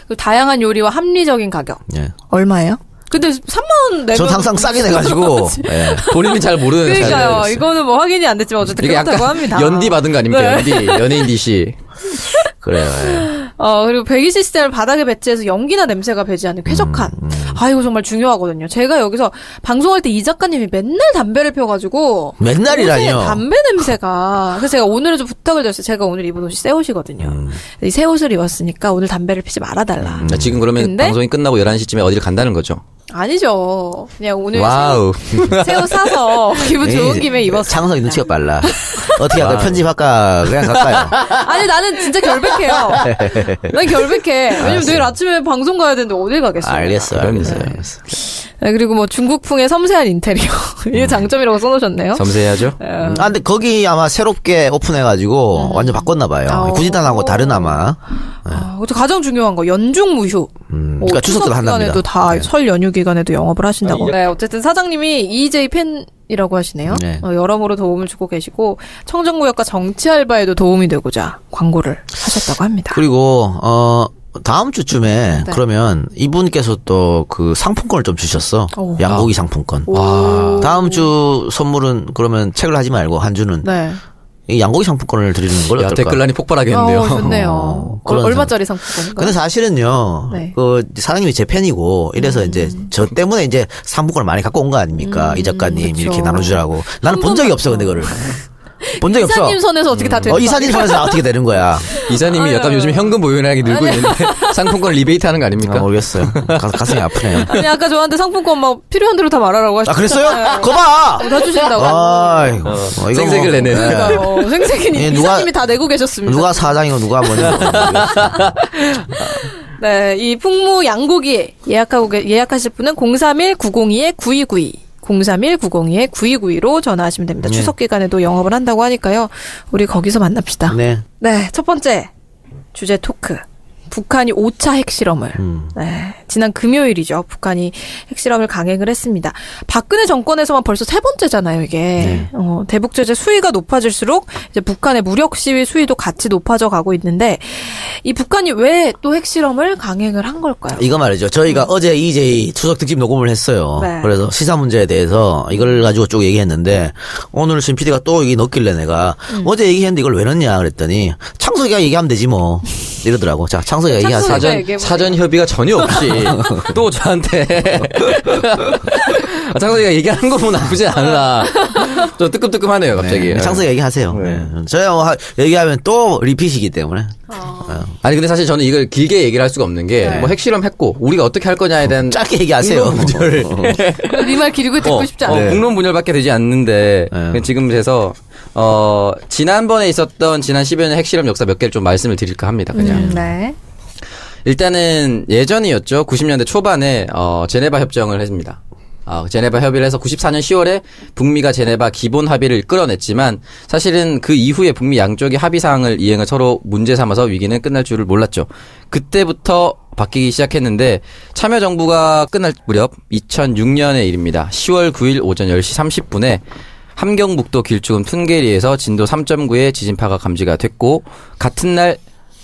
그 다양한 요리와 합리적인 가격.
예.
얼마예요? 근데 3만 내면
전 항상 싸게 내가지고 예.
본인이 잘 모르는 사연이었어요.
그러니까요. 이거는 뭐 확인이 안 됐지만 어쨌든
이게
그렇다고
약간
합니다.
연디 받은 거 아닙니까?
네.
연디 연예인 DC.
그래요. 예.
어, 그리고 배기 시스템을 바닥에 배치해서 연기나 냄새가 배지 않는 쾌적한.
음,
아, 이거 정말 중요하거든요. 제가 여기서 방송할 때 이 작가님이 맨날 담배를 펴가지고.
맨날이라니요.
옷에 담배 냄새가. 그래서 제가 오늘은 좀 부탁을 드렸어요. 제가 오늘 입은 옷이 새 옷이거든요.
음.
이 새 옷을 입었으니까 오늘 담배를 피지 말아달라.
자, 지금 그러면
근데?
방송이 끝나고 11시쯤에 어디를 간다는 거죠?
아니죠. 그냥 오늘
와우.
새 옷 사서 기분 그 좋은
네, 에이,
김에 입었어.
창석이 눈치가 빨라. 어떻게
아.
할까? 편집할까? 그냥 갈까요?
아니 나는 진짜 결백해요. 난 결백해. 왜냐면 내일 아침에 방송 가야 되는데 어딜 가겠어.
알겠어요.
그럼요.
알겠어요. 알겠어요.
네, 그리고 뭐 중국풍의 섬세한 인테리어 이게 장점이라고 써놓으셨네요.
섬세해야죠.
음, 아, 근데 거기 아마 새롭게 오픈해가지고 완전 바꿨나봐요.
어.
구지단하고 다른 아마.
아, 그것도 가장 중요한 거 연중 무휴.
음,
뭐
그러니까 추석도 한답니다.
기간에도 다
네. 아,
설 연휴 기간에도 영업을 하신다고. 네, 어쨌든 사장님이 EJ 팬이라고 하시네요.
네.
어, 여러모로 도움을 주고 계시고 청정구역과 정치 알바에도 도움이 되고자 광고를 하셨다고 합니다.
그리고, 어, 다음 주쯤에
네.
그러면 이분께서 또 그 상품권을 좀 주셨어.
오.
양고기 상품권.
와.
다음 주 선물은 그러면 책을 하지 말고 한 주는
네.
이 양고기 상품권을 드리는 걸
야,
어떨까?
댓글란이 폭발하겠는데요.
어, 좋네요.
어,
얼-
그런
얼마짜리 상품권인가요?
근데 사실은요,
네. 음.
그 사장님이 제 팬이고 이래서 이제 저 때문에 이제 상품권을 많이 갖고 온 거 아닙니까 이 작가님
그쵸.
이렇게 나눠주라고. 나는 본 적이 없어 근데 그거를 본 적이 없어.
이사님 선에서 어떻게 다 되는
어,
거야?
이사님 손에서 어떻게 되는 거야?
아,
이사님이 약간
네.
요즘 현금 보유량이 늘고 있는데 상품권 리베이트 하는
아,
거 아닙니까?
모르겠어요. 가, 가슴이 아프네요.
아니 아까 저한테 상품권 막 필요한 대로 다 말하라고 하셨
아, 그랬어요?
네.
거봐!
다 주신다고.
아이고.
어,
이거
생색을 내네.
예.
어, 생생히
예, 누가-
이사님이 다 내고 계셨습니다.
누가 사장이고 누가 뭐냐.
네, 이 풍무 양고기 예약하고 계- 예약하실 분은 031-902-9292 031-902-9292로 전화하시면 됩니다. 추석 기간에도 영업을 한다고 하니까요. 우리 거기서 만납시다. 네,
네.
첫 번째 주제 토크. 북한이 5차 핵실험을
음.
네, 지난 금요일이죠. 북한이 핵실험을 강행을 했습니다. 박근혜 정권에서만 벌써 세 번째잖아요, 이게.
네.
어, 대북 제재 수위가 높아질수록 이제 북한의 무력 시위 수위도 같이 높아져 가고 있는데 이 북한이 왜 또 핵실험을 강행을 한 걸까요?
이거 말이죠. 저희가 어제 EJ 추석 특집 녹음을 했어요.
네.
그래서 시사 문제에 대해서 이걸 가지고 쭉 얘기했는데 오늘 신 PD가 또 이게 넣길래 내가 어제 얘기했는데 이걸 왜 넣냐 그랬더니 창석이가 얘기하면 되지 뭐 이러더라고. 자, 창석이가 얘기하세요.
창석이가
사전
얘기해보세요.
사전 협의가 전혀 없이 또 저한테 아, 창석이가 얘기하는 거보 나쁘지 않으나 좀 뜨끔뜨끔하네요 갑자기.
네, 창석이가 얘기하세요. 네. 저야 뭐 하- 얘기하면 또 리핏이기 때문에 어.
네. 아니 근데 사실 저는 이걸 길게 얘기를 할 수가 없는 게
네.
뭐 핵실험 했고 우리가 어떻게 할 거냐에 대한
짧게 얘기하세요.
분열을
네 말 길고 듣고 싶지 않아요.
어, 국론 분열밖에 되지 않는데
네.
그냥 지금 돼서 어 지난번에 있었던 지난 10여 년 핵실험 역사 몇 개를 좀 말씀을 드릴까 합니다. 그냥
음, 네.
일단은 예전이었죠. 90년대 초반에 어 제네바 협정을 했습니다. 어, 제네바 협의를 해서 94년 10월에 북미가 제네바 기본 합의를 끌어냈지만 사실은 그 이후에 북미 양쪽의 합의 사항을 이행을 서로 문제 삼아서 위기는 끝날 줄을 몰랐죠. 그때부터 바뀌기 시작했는데 참여 정부가 끝날 무렵 2006년의 일입니다. 10월 9일 오전 10시 30분에 함경북도 길쭉은 풍계리에서 진도 3.9의 지진파가 감지가 됐고 같은 날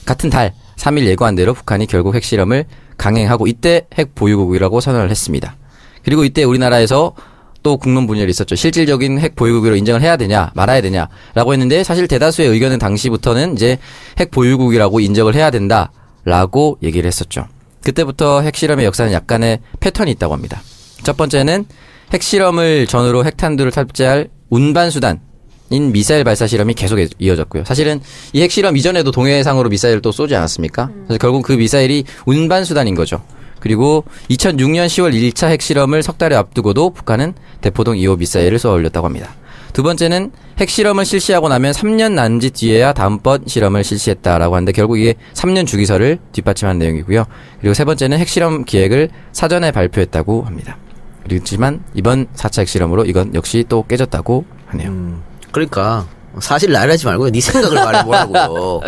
같은 달 3일 예고한대로 북한이 결국 핵실험을 강행하고 이때 핵 보유국이라고 선언을 했습니다. 그리고 이때 우리나라에서 또 국론 분열이 있었죠. 실질적인 핵 보유국으로 인정을 해야 되냐, 말아야 되냐라고 했는데 사실 대다수의 의견은 당시부터는 이제 핵 보유국이라고 인정을 해야 된다라고 얘기를 했었죠. 그때부터 핵실험의 역사는 약간의 패턴이 있다고 합니다. 첫 번째는 핵실험을 전후로 핵탄두를 탑재할 운반 수단 인 미사일 발사 실험이 계속 이어졌고요. 사실은 이 핵실험 이전에도 동해상으로 미사일을 또 쏘지 않았습니까? 그래서 결국 그 미사일이 운반 수단인 거죠. 그리고 2006년 10월 1차 핵실험을 석 달여 앞두고도 북한은 대포동 2호 미사일을 쏘아 올렸다고 합니다. 두 번째는 핵실험을 실시하고 나면 3년 난지 뒤에야 다음번 실험을 실시했다라고 하는데 결국 이게 3년 주기설을 뒷받침한 내용이고요. 그리고 세 번째는 핵실험 기획을 사전에 발표했다고 합니다. 그렇지만 이번 4차 핵실험으로 이건 역시 또 깨졌다고 하네요.
그러니까 사실 나열하지 말고 네 생각을 말해보라고요.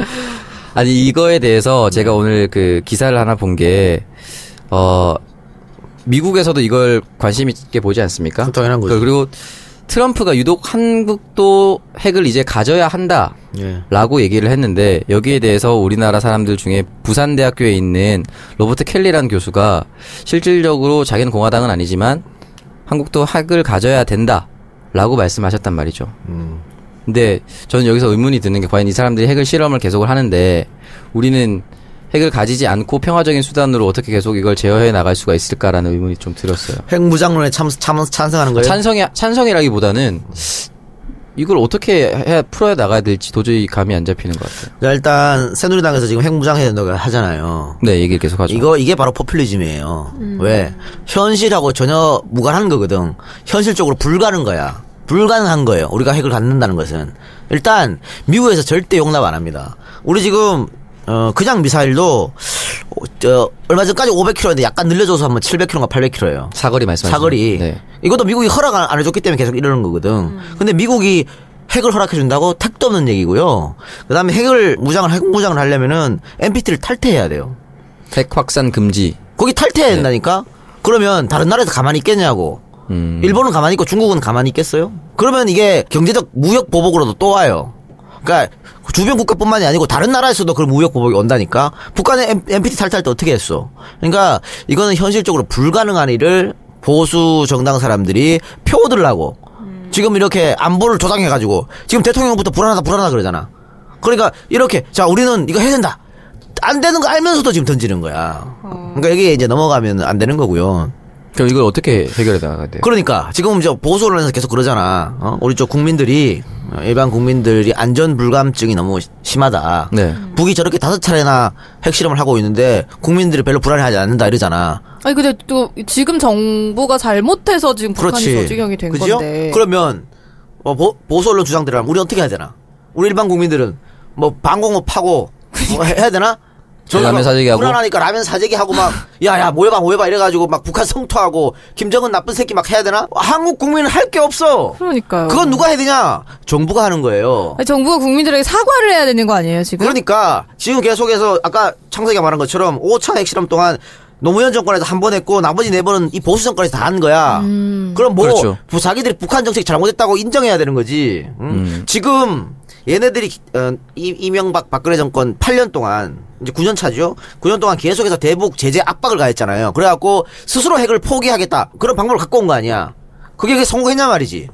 아니 이거에 대해서 제가
음.
오늘 그 기사를 하나 본 게 어 미국에서도 이걸 관심 있게 보지 않습니까?
당연한 거죠.
그리고 트럼프가 유독 한국도 핵을 이제 가져야 한다.
예.
라고 얘기를 했는데 여기에 대해서 우리나라 사람들 중에 부산대학교에 있는 로버트 켈리라는 교수가 실질적으로 자기는 공화당은 아니지만 한국도 학을 가져야 된다 라고 말씀하셨단 말이죠. 근데 저는 여기서 의문이 드는 게 과연 이 사람들이 핵을 실험을 계속을 하는데 우리는 핵을 가지지 않고 평화적인 수단으로 어떻게 계속 이걸 제어해 나갈 수가 있을까라는 의문이 좀 들었어요.
핵무장론에 참, 참 찬성하는 거예요.
찬성이 찬성이라기보다는 이걸 어떻게 해 풀어야 나가야 될지 도저히 감이 안 잡히는 것 같아요.
자, 일단 새누리당에서 지금 핵무장 해야 된다고 하잖아요.
네, 얘기를 계속 하죠.
이거 이게 바로 포퓰리즘이에요. 왜 현실하고 전혀 무관한 거거든. 현실적으로 불가는 거야. 불가능한 거예요. 우리가 핵을 갖는다는 것은 일단 미국에서 절대 용납 안 합니다. 우리 지금 어 그냥 미사일도 어, 저 얼마 전까지 500km인데 약간 늘려줘서 한번 700km인가 800km예요.
사거리 말씀하시죠.
사거리.
네.
이것도 미국이 허락 안- 안 해줬기 때문에 계속 이러는 거거든. 근데 미국이 핵을 허락해준다고 택도 없는 얘기고요. 그 다음에 핵을 무장을, 핵 무장을 하려면은 NPT를 탈퇴해야 돼요.
핵 확산 금지.
거기 탈퇴해야 된다니까? 그러면 다른 나라에서 가만히 있겠냐고.
음.
일본은 가만히 있고 중국은 가만히 있겠어요? 그러면 이게 경제적 무역 보복으로도 또 와요. 그러니까 주변 국가뿐만이 아니고 다른 나라에서도 그런 무역 보복이 온다니까. 북한의 M- NPT 탈퇴할 때 어떻게 했어? 그러니까 이거는 현실적으로 불가능한 일을 보수 정당 사람들이 표어들 하고 지금 이렇게 안보를 조장해 가지고 지금 대통령부터 불안하다 불안하다 그러잖아. 그러니까 이렇게 자 우리는 이거 해야 된다. 안 되는 거 알면서도 지금 던지는 거야. 그러니까 여기 이제 넘어가면 안 되는 거고요.
그럼 이걸 어떻게 해결해 나가야 돼요?
그러니까 지금 이제 보수 언론에서 계속 그러잖아. 어? 우리 쪽 국민들이 어, 일반 국민들이 안전 불감증이 너무 시- 심하다.
네.
북이 저렇게 다섯 차례나 핵실험을 하고 있는데 국민들이 별로 불안해하지 않는다 이러잖아.
아니 근데 또 지금 정부가 잘못해서 지금 북한이
그렇지.
저지경이 된
그지요?
건데.
그러면 어, 보, 보수 언론 주장대로 하면 우리 어떻게 해야 되나? 우리 일반 국민들은 뭐 방공호 파고
그러니까.
뭐 해- 해야 되나? 저기
라면
막
사재기하고?
불안하니까 라면 사재기 하고 막 야야 모여봐 모여봐 이래가지고 막 북한 성토하고 김정은 나쁜 새끼 막 해야 되나? 한국 국민은 할 게 없어.
그러니까요.
그건 누가 해야 되냐? 정부가 하는 거예요.
아니, 정부가 국민들에게 사과를 해야 되는 거 아니에요 지금?
그러니까 지금 계속해서 아까 창석이가 말한 것처럼 5차 핵실험 동안 노무현 정권에서 한 번 했고 나머지 네 번은 이 보수 정권에서 다 한 거야.
음.
그럼 뭐
그렇죠.
부- 자기들이 북한 정책 잘못했다고 인정해야 되는 거지. 음. 지금 얘네들이 어, 이- 이명박 박근혜 정권 8년 동안 이제 9년 차죠. 9년 동안 계속해서 대북 제재 압박을 가했잖아요. 그래갖고 스스로 핵을 포기하겠다 그런 방법을 갖고 온 거 아니야. 그게 그게 성공했냐 말이지.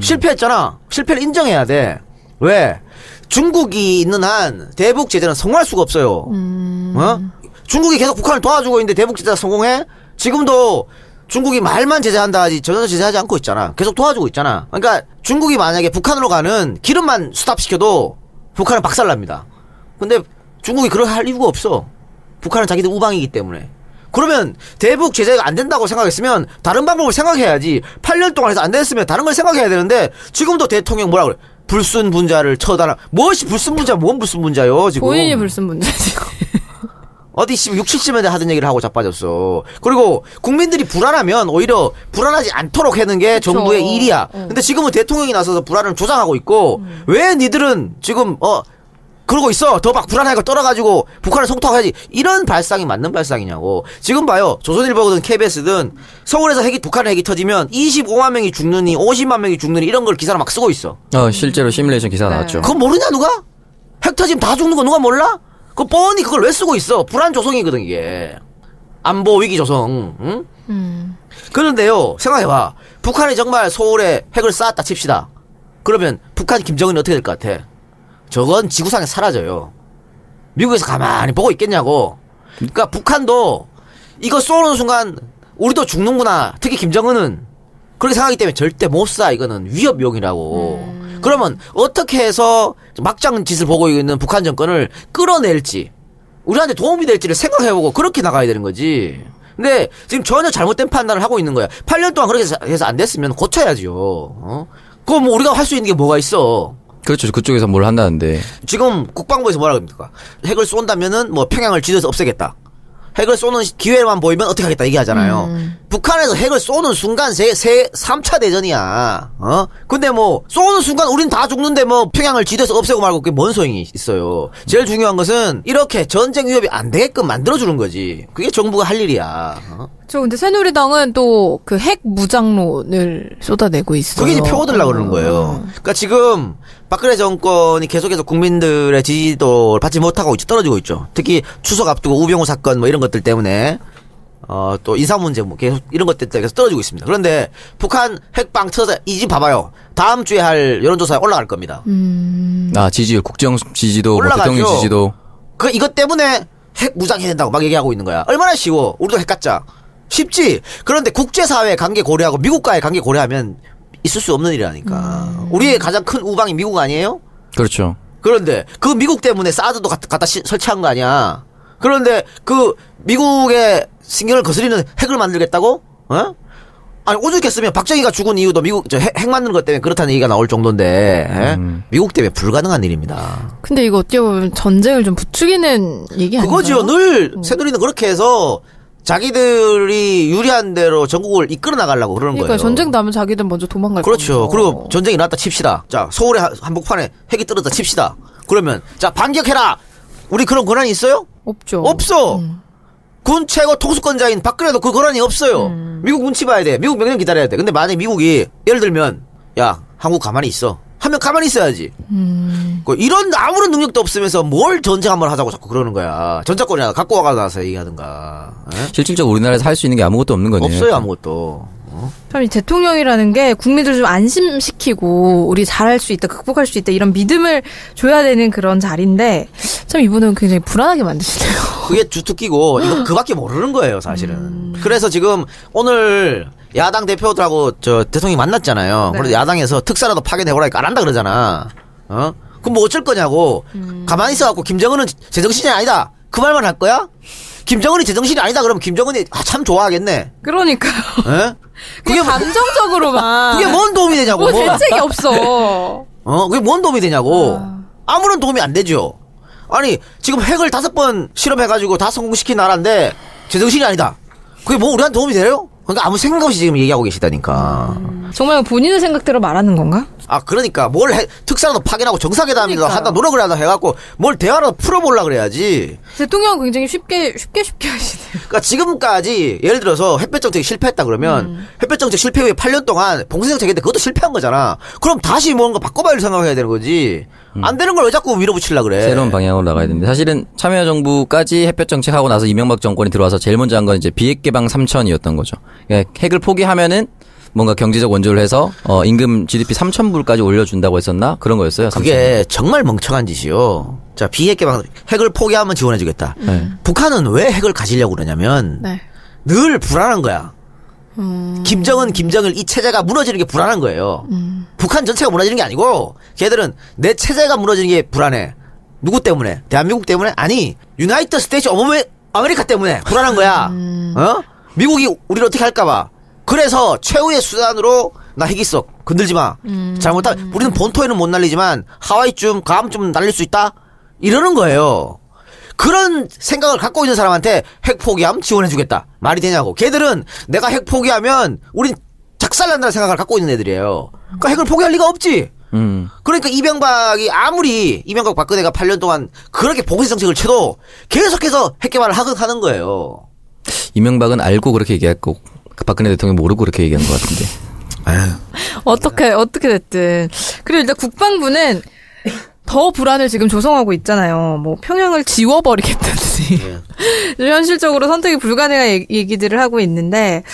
실패했잖아. 실패를 인정해야 돼. 왜? 중국이 있는 한 대북 제재는 성공할 수가 없어요. 어? 중국이 계속 북한을 도와주고 있는데 대북 제재가 성공해? 지금도 중국이 말만 제재한다 하지 전혀 제재하지 않고 있잖아. 계속 도와주고 있잖아. 그러니까 중국이 만약에 북한으로 가는 기름만 수답시켜도 북한은 박살납니다. 근데 중국이 그럴 할 이유가 없어. 북한은 자기들 우방이기 때문에. 그러면 대북 제재가 안 된다고 생각했으면 다른 방법을 생각해야지. 8년 동안 해서 안 됐으면 다른 걸 생각해야 되는데 지금도 대통령 뭐라 그래? 불순 분자를 쳐다라. 무엇이 불순 분자? 뭔 불순 분자요? 지금
본인이 불순분자지.
어디 씨 6, 70년대 하던 얘기를 하고 자빠졌어. 그리고 국민들이 불안하면 오히려 불안하지 않도록 하는 게 정부의 일이야. 근데 지금은 대통령이 나서서 불안을 조장하고 있고 왜 니들은 지금 어 그러고 있어. 더 막 불안하고 떨어가지고 북한을 송탁해야지. 이런 발상이 맞는 발상이냐고. 지금 봐요. 조선일보든 KBS든 서울에서 핵이 북한 핵이 터지면 25만 명이 죽느니 50만 명이 죽느니 이런 걸 기사를 막 쓰고 있어.
어, 실제로 시뮬레이션 기사 나왔죠.
그거 모르냐 누가? 핵 터지면 다 죽는 거 누가 몰라? 그 뻔히 그걸 왜 쓰고 있어? 불안 조성이거든 이게. 안보 위기 조성. 응? 그런데요 생각해봐. 북한이 정말 서울에 핵을 쌓았다 칩시다. 그러면 북한 김정은이 어떻게 될 것 같아? 저건 지구상에 사라져요. 미국에서 가만히 보고 있겠냐고. 그러니까 북한도 이거 쏘는 순간 우리도 죽는구나. 특히 김정은은 그렇게 생각하기 때문에 절대 못 쏴. 이거는 위협용이라고. 그러면 어떻게 해서 막장 짓을 보고 있는 북한 정권을 끌어낼지 우리한테 도움이 될지를 생각해보고 그렇게 나가야 되는 거지. 근데 지금 전혀 잘못된 판단을 하고 있는 거야. 8년 동안 그렇게 해서 안 됐으면 고쳐야죠. 어? 그거 뭐 우리가 할 수 있는 게 뭐가 있어?
그렇죠. 그쪽에서 뭘 한다는데.
지금 국방부에서 뭐라 합니까? 핵을 쏜다면은 뭐 평양을 지도에서 없애겠다. 핵을 쏘는 기회만 보이면 어떻게 하겠다 얘기하잖아요. 북한에서 핵을 쏘는 순간 세, 세, 3차 대전이야. 어? 근데 뭐, 쏘는 순간 우린 다 죽는데 뭐 평양을 지도에서 없애고 말고 그게 뭔 소용이 있어요. 제일 중요한 것은 이렇게 전쟁 위협이 안 되게끔 만들어주는 거지. 그게 정부가 할 일이야. 어?
저 근데 새누리당은 또 그 핵 무장론을 쏟아내고 있어요.
그게 이제 표 얻으려고 그러는 거예요. 그러니까 지금 박근혜 정권이 계속해서 국민들의 지지도를 받지 못하고 이제 떨어지고 있죠. 특히 추석 앞두고 우병우 사건 뭐 이런 것들 때문에 어 또 인사 문제 뭐 계속 이런 것들 때문에 계속 떨어지고 있습니다. 그런데 북한 핵방 터져 이집 봐봐요. 다음 주에 할 여론조사에 올라갈 겁니다.
음.
아, 지지율, 국정 지지도, 뭐
올라가죠.
대통령 지지도.
그 이것 때문에 핵 무장해야 된다고 막 얘기하고 있는 거야. 얼마나 쉬워. 우리도 핵 갖자. 쉽지. 그런데 국제사회 관계 고려하고 미국과의 관계 고려하면 있을 수 없는 일이라니까. 우리의 가장 큰 우방이 미국 아니에요?
그렇죠.
그런데 그 미국 때문에 사드도 갖- 갖다 시- 설치한 거 아니야. 그런데 그 미국의 신경을 거스리는 핵을 만들겠다고? 어? 아니 오죽했으면 박정희가 죽은 이유도 미국 저 핵, 핵 만드는 것 때문에 그렇다는 얘기가 나올 정도인데 예? 미국 때문에 불가능한 일입니다.
근데 이거 어떻게 보면 전쟁을 좀 부추기는 얘기 아닌가요? 음.
그거죠. 늘 새누리는 그렇게 해서 자기들이 유리한 대로 전국을 이끌어 나가려고 그러는
그러니까
거예요.
전쟁 나면 자기들 먼저 도망갈 거면서.
그렇죠. 그리고 전쟁이 났다 칩시다. 자, 서울의 한- 한복판에 핵이 떨어졌다 칩시다. 그러면 자, 반격해라. 우리 그런 권한이 있어요?
없죠.
없어. 군 최고 통수권자인 박근혜도 그 권한이 없어요. 미국 눈치 봐야 돼. 미국 명령 기다려야 돼. 근데 만약에 미국이 예를 들면 야 한국 가만히 있어. 하면 가만히 있어야지. 그 이런 아무런 능력도 없으면서 뭘 전쟁 한번 하자고 자꾸 그러는 거야. 전작권이나 갖고 와가서 얘기하든가. 에?
실질적으로 우리나라에서 할 수 있는 게 아무것도 없는 거네요.
없어요 아무것도.
참 이 대통령이라는 게 국민들 을좀 안심시키고 우리 잘할 수 있다, 극복할 수 있다 이런 믿음을 줘야 되는 그런 자리인데 참 이분은 굉장히 불안하게 만드시네요.
그게 주특기고 이거 그밖에 모르는 거예요 사실은.
음.
그래서 지금 오늘 야당 대표들하고 저 대통령이 만났잖아요.
네.
그래서 야당에서 특사라도 파견해오라니까 안 한다 그러잖아. 어? 그럼 뭐 어쩔 거냐고.
음.
가만히 있어갖고 김정은은 제정신이 아니다. 그 말만 할 거야? 김정은이 제정신이 아니다. 그러면 김정은이 아, 참 좋아하겠네.
그러니까요.
에? 그게
그게
뭐-
감정적으로만
그게 뭔 도움이 되냐고.
뭐
뭐.
대책이 없어.
어, 그게 뭔 도움이 되냐고. 아무런 도움이 안 되죠. 아니, 지금 핵을 다섯 번 실험해가지고 다 성공시킨 나라인데, 제정신이 아니다. 그게 뭐 우리한테 도움이 돼요? 그러니까 아무 생각 없이 지금 얘기하고 계시다니까.
정말 본인의 생각대로 말하는 건가?
아, 그러니까 뭘 해, 특사라도 파견하고 정상회담이라도
그러니까요.
한다 노력을 하다 해갖고, 뭘 대화라도 풀어보려고 그래야지.
대통령은 굉장히 쉽게 쉽게 쉽게 하시네요.
그러니까 지금까지 예를 들어서 햇볕 정책이 실패했다 그러면
음.
햇볕 정책 실패 후에 8년 동안 봉쇄 정책인데 그것도 실패한 거잖아. 그럼 다시 뭔가 바꿔봐야 될 생각해야 되는 거지. 안 되는 걸 왜 자꾸 밀어붙이려 그래?
음. 새로운 방향으로 나가야 되는데 사실은 참여정부까지 햇볕 정책하고 나서 이명박 정권이 들어와서 제일 먼저 한 건 이제 비핵 개방 3천이었던 거죠. 그러니까 핵을 포기하면은 뭔가 경제적 원조를 해서 어 임금 GDP 3천 불까지 올려준다고 했었나 그런 거였어요.
아, 그게 정말 멍청한 짓이요. 자, 비핵 개방 핵을 포기하면 지원해주겠다. 북한은 왜 핵을 가지려고 그러냐면
네.
늘 불안한 거야. 김정은, 김정일 이 체제가 무너지는 게 불안한 거예요. 북한 전체가 무너지는 게 아니고 걔들은 내 체제가 무너지는 게 불안해. 누구 때문에? 대한민국 때문에? 아니, 유나이터 스테이츠 오브 아메리카 때문에 불안한 거야. 어? 미국이 우리를 어떻게 할까봐. 그래서 최후의 수단으로 나 핵 있어. 건들지 마. 잘못하면 우리는 본토에는 못 날리지만 하와이쯤, 감쯤 날릴 수 있다. 이러는 거예요. 그런 생각을 갖고 있는 사람한테 핵 포기함 지원해주겠다 말이 되냐고 걔들은 내가 핵 포기하면 우린 작살난다는 생각을 갖고 있는 애들이에요 그러니까 핵을 포기할 리가 없지
음.
그러니까 이명박이 아무리 이명박 박근혜가 8년 동안 그렇게 봉쇄 정책을 쳐도 계속해서 핵 개발을 하극하는 거예요
이명박은 알고 그렇게 얘기했고 박근혜 대통령 모르고 그렇게 얘기한 것 같은데.
어떻게 어떻게 됐든 그리고 일단 국방부는 더 불안을 지금 조성하고 있잖아요. 뭐 평양을 지워버리겠다든지
네.
현실적으로 선택이 불가능한 얘- 얘기들을 하고 있는데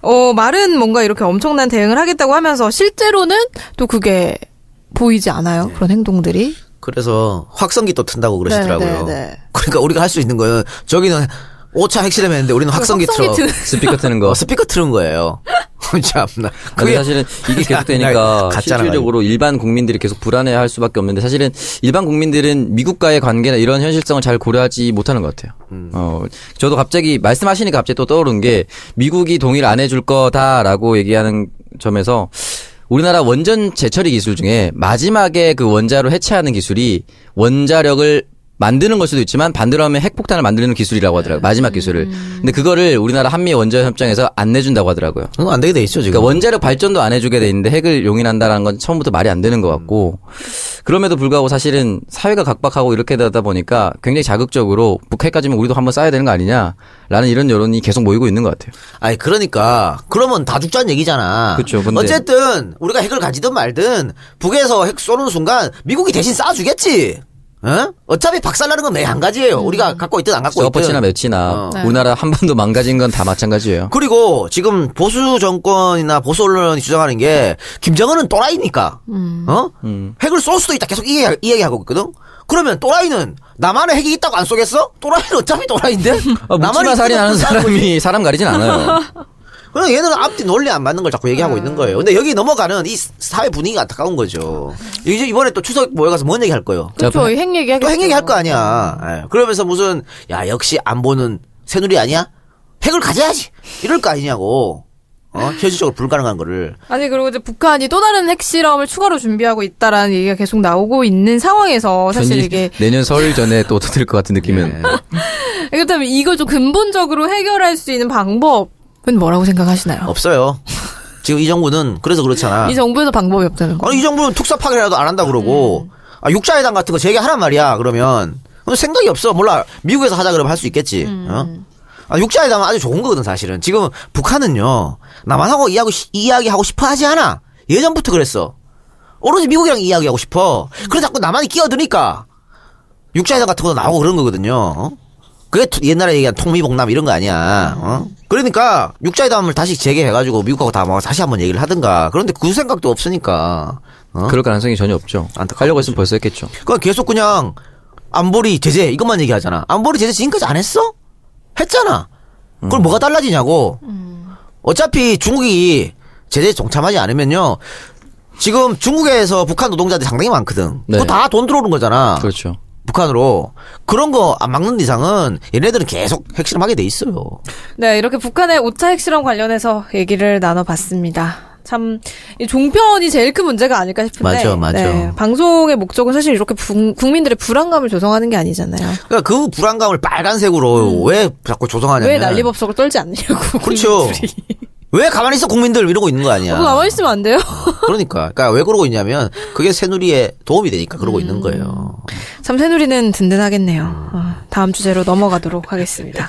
어 말은 뭔가 이렇게 엄청난 대응을 하겠다고 하면서 실제로는 또 그게 보이지
네.
않아요. 그런 행동들이
그래서 확성기 또 튼다고 그러시더라고요
네, 네, 네.
그러니까 우리가 할 수 있는 거는 저기는 5차 핵실험 했는데 우리는 확성기 틀어
확성기
스피커 트는 거.
어, 스피커 틀은 거예요 참나
아, 근데 사실은 이게 네, 계속되니까
가짜라
실질적으로 일반 국민들이 계속 불안해할 수밖에 없는데 사실은 일반 국민들은 미국과의 관계나 이런 현실성을 잘 고려하지 못하는 것 같아요. 어, 저도 갑자기 말씀하시니까 갑자기 또 떠오른 게 미국이 동의를 안 해줄 거다라고 얘기하는 점에서 우리나라 원전 재처리 기술 중에 마지막에 그 원자로 해체하는 기술이 원자력을 만드는 걸 수도 있지만 반대로 하면 핵폭탄을 만드는 기술이라고 하더라고요. 마지막 기술을. 근데 그거를 우리나라 한미 원자협 협정에서 안 내준다고 하더라고요.
그건 어, 안 되게 돼 있죠 지금
그러니까 원자력 발전도 안 해주게 돼 있는데 핵을 용인한다라는 건 처음부터 말이 안 되는 것 같고 그럼에도 불구하고 사실은 사회가 각박하고 이렇게 되다 보니까 굉장히 자극적으로 북핵까지면 우리도 한번 싸야 되는 거 아니냐라는 이런 여론이 계속 모이고 있는 것 같아요.
아니 그러니까 그러면 다 죽자는 얘기잖아.
그쵸, 근데-
어쨌든 우리가 핵을 가지든 말든 북에서 핵 쏘는 순간 미국이 대신 쏴주겠지. 어? 어차피 박살나는 건 매한 가지예요. 우리가 갖고 있든 안 갖고 있든.
음. 서퍼치나 매치나
어.
우리나라 한반도 망가진 건 다 마찬가지예요.
그리고 지금 보수 정권이나 보수 언론이 주장하는 게 김정은은 또라이니까. 어?
음.
핵을 쏠 수도 있다. 계속 이 얘기- 이 얘기하고 있거든. 그러면 또라이는 나만의 핵이 있다고 안 쏘겠어? 또라이는 어차피 또라이인데.
아, 묻지마
있다고
살인하는
쏘는 거지.
사람이 사람 가리진 않아요.
그럼 얘는 앞뒤 논리 안 맞는 걸 자꾸 얘기하고 있는 거예요. 근데 여기 넘어가는 이 사회 분위기가 안타까운 거죠. 이제 이번에 또 추석 모여가서 뭔 얘기 할 거예요?
그렇죠. 핵 얘기
또 핵 얘기 할 거 아니야. 예. 그러면서 무슨, 야, 역시 안 보는 새누리 아니야? 핵을 가져야지! 이럴 거 아니냐고. 어? 현실적으로 불가능한 거를.
아니 그리고 이제 북한이 또 다른 핵실험을 추가로 준비하고 있다라는 얘기가 계속 나오고 있는 상황에서 사실
전이-
이게
내년 설 전에 또 터질 것 같은 느낌은.
그렇다면 이걸 좀 근본적으로 해결할 수 있는 방법은 뭐라고 생각하시나요?
없어요. 지금 이 정부는 그래서 그렇잖아.
이 정부에서 방법이 없다는 거.
아니, 이 정부는 특사 파견이라도 안 한다 그러고, 아, 육자회담 같은 거 제기하란 말이야, 그러면. 그럼 생각이 없어. 몰라. 미국에서 하자 그러면 할 수 있겠지. 어? 아, 육자회담은 아주 좋은 거거든, 사실은. 지금 북한은요, 남한하고 이야기하고, 시- 이야기하고 싶어 하지 않아. 예전부터 그랬어. 오로지 미국이랑 이야기하고 싶어. 그래서 자꾸 남한이 끼어드니까. 육자회담 같은 것도 나오고 그런 거거든요. 어? 그게 투- 옛날에 얘기한 통미복남 이런 거 아니야. 어? 그러니까 육자회담을 다시 재개해가지고 미국하고 다 모아서 다시 한번 얘기를 하든가. 그런데 그 생각도 없으니까. 어?
그럴 가능성이 전혀 없죠.
안타까운
하려고 했으면 벌써 했겠죠.
그러니까 계속 그냥 안보리 제재 이것만 얘기하잖아. 안보리 제재 지금까지 안 했어? 했잖아.
음.
그럼 뭐가 달라지냐고. 어차피 중국이 제재 동참하지 않으면요. 지금 중국에서 북한 노동자들이 상당히 많거든.
네.
그거 다 돈 들어오는 거잖아.
그렇죠.
북한으로. 그런 거 안 막는 이상은 얘네들은 계속 핵실험하게 돼 있어요.
네, 이렇게 북한의 5차 핵실험 관련해서 얘기를 나눠봤습니다. 참, 이 종편이 제일 큰 문제가 아닐까 싶은데.
맞아, 맞아.
네, 방송의 목적은 사실 이렇게 부- 국민들의 불안감을 조성하는 게 아니잖아요.
그러니까 그 불안감을 빨간색으로 왜 자꾸
음.
조성하냐면
왜 난리법석을 떨지 않느냐고.
그렇죠.
국민들이.
왜 가만히 있어 국민들 이러고 있는 거 아니야.
그거 가만히 있으면 안 돼요.
그러니까. 그러니까 왜 그러고 있냐면 그게 새누리에 도움이 되니까 그러고 있는 거예요.
참 새누리는 든든하겠네요. 어, 다음 주제로 넘어가도록 하겠습니다.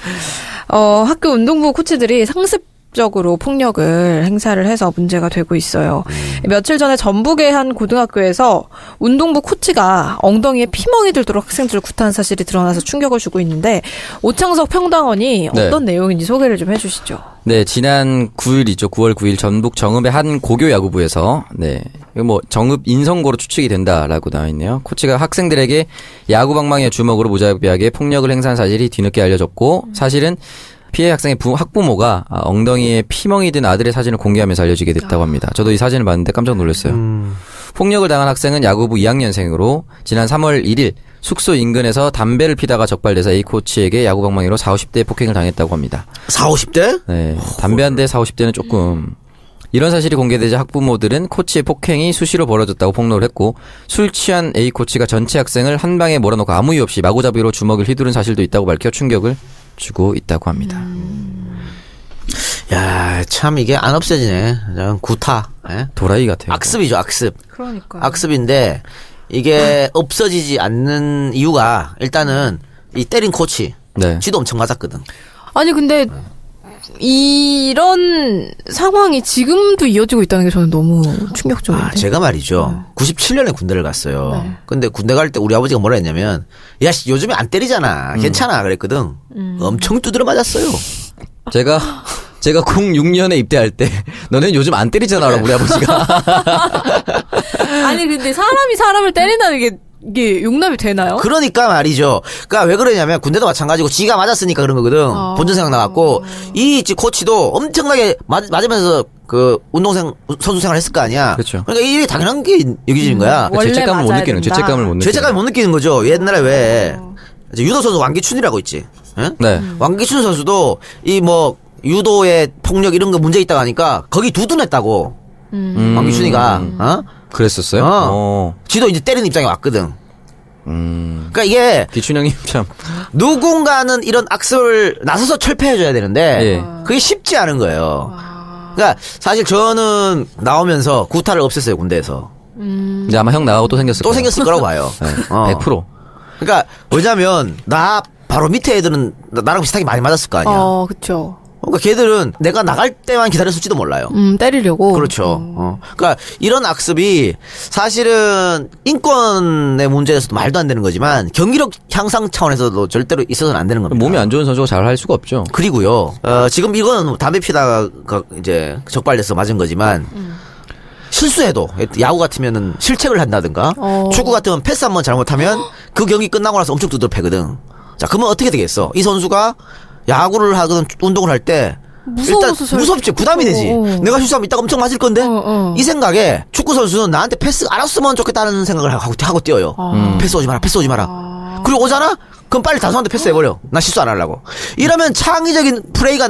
어, 학교 운동부 코치들이 상습 적으로 폭력을 행사를 해서 문제가 되고 있어요. 며칠 전에 전북의 한 고등학교에서 운동부 코치가 엉덩이에 피멍이 들도록 학생들을 구타한 사실이 드러나서 충격을 주고 있는데 오창석 평당원이
네.
어떤 내용인지 소개를 좀 해주시죠.
네, 지난 9일이죠. 9월 9일 전북 정읍의 한 고교 야구부에서 네. 이거 뭐 정읍 인성고로 추측이 된다라고 나와 있네요. 코치가 학생들에게 야구 방망이의 주먹으로 무자비하게 폭력을 행사한 사실이 뒤늦게 알려졌고 사실은 피해 학생의 부- 학부모가 아, 엉덩이에 피멍이 든 아들의 사진을 공개하면서 알려지게 됐다고 합니다. 저도 이 사진을 봤는데 깜짝 놀랐어요. 폭력을 당한 학생은 야구부 2학년생으로 지난 3월 1일 숙소 인근에서 담배를 피다가 적발돼서 A 코치에게 야구 방망이로 4, 50대 폭행을 당했다고 합니다.
어,
4, 50대?
네. 담배 한 대 4, 50대는 조금 이런 사실이 공개되자 학부모들은 코치의 폭행이 수시로 벌어졌다고 폭로를 했고 술 취한 A 코치가 전체 학생을 한 방에 몰아넣고 아무 이유 없이 마구잡이로 주먹을 휘두른 사실도 있다고 밝혀 충격을 주고 있다고 합니다.
음.
야, 참 이게 안 없어지네. 그냥 구타. 예?
도라이 같아요.
악습이죠, 악습.
그러니까.
아, 악습인데 이게 없어지지 않는 이유가 일단은 이 때린 코치.
네.
쥐도 엄청 맞았거든.
아니 근데 이런 상황이 지금도 이어지고 있다는 게 저는 너무 충격적인데.
아, 제가 말이죠. 97년에 군대를 갔어요. 근데 군대 갈 때 우리 아버지가 뭐라 했냐면, 야, 씨, 요즘에 안 때리잖아. 괜찮아. 그랬거든. 엄청 두드려 맞았어요.
제가 제가 06년에 입대할 때 너는 요즘 안 때리잖아라고 우리 아버지가
아니 근데 사람이 사람을 때린다는 게 이게 용납이 되나요?
그러니까 말이죠. 그러니까 왜 그러냐면 군대도 마찬가지고 지가 맞았으니까 그런 거거든. 본전 생각 나갖고 이 지- 코치도 엄청나게 맞, 맞으면서 그 운동생 선수 생활 했을 거 아니야.
그렇죠.
러니까 이게 당연한 게 여기지는 거야.
원래
죄책감을 못
맞아야
느끼는
된다.
죄책감을 못 느끼는
죄책감을 못 느끼는 거죠. 옛날에 왜 이제 유도 선수 왕기춘이라고 있지. 응?
네.
음.
왕기춘 선수도 이 뭐 유도의 폭력 이런 거 문제 있다고 하니까 거기 두둔했다고.
음,
왕기춘이가 어?
그랬었어요.
어.
어.
지도 이제 때리는 입장에 왔거든.
음.
그러니까 이게
기춘 형님 참
누군가는 이런 악습을 나서서 철폐해줘야 되는데
예.
그게 쉽지 않은 거예요. 그러니까 사실 저는 나오면서 구타를 없앴어요 군대에서
음.
이제 아마 형 나가고 또 생겼을
또
거예요.
생겼을 거라고 봐요.
네.
어.
100%.
그러니까 왜냐면 나 바로 밑에 애들은 나- 나랑 비슷하게 많이 맞았을 거 아니야.
어, 그쵸.
그러니까 걔들은 내가 나갈 때만 기다렸을지도 몰라요.
음, 때리려고.
그렇죠. 어. 그러니까 이런 악습이 사실은 인권의 문제에서도 말도 안 되는 거지만 경기력 향상 차원에서도 절대로 있어서는 안 되는 겁니다.
몸이 안 좋은 선수가 잘 할 수가 없죠.
그리고요, 어, 지금 이건 담배 피다가 거- 이제 적발돼서 맞은 거지만, 실수해도, 야구 같으면은 실책을 한다든가,
어.
축구 같으면 패스 한 번 잘못하면 그 경기 끝나고 나서 엄청 두드려 패거든. 자, 그러면 어떻게 되겠어? 이 선수가 야구를 하거나 운동을 할 때,
무서워서 잘-
무섭지 부담이 되지
어, 어.
내가 실수하면 이따가 엄청 맞을 건데
어, 어.
이 생각에 축구 선수는 나한테 패스 알았으면 좋겠다는 생각을 하고, 하고 뛰어요
아.
음. 패스 오지 마라 패스 오지 마라 그리고 오잖아? 그럼 빨리 다수한테 패스해버려. 나 실수 안 하려고. 이러면 창의적인 플레이가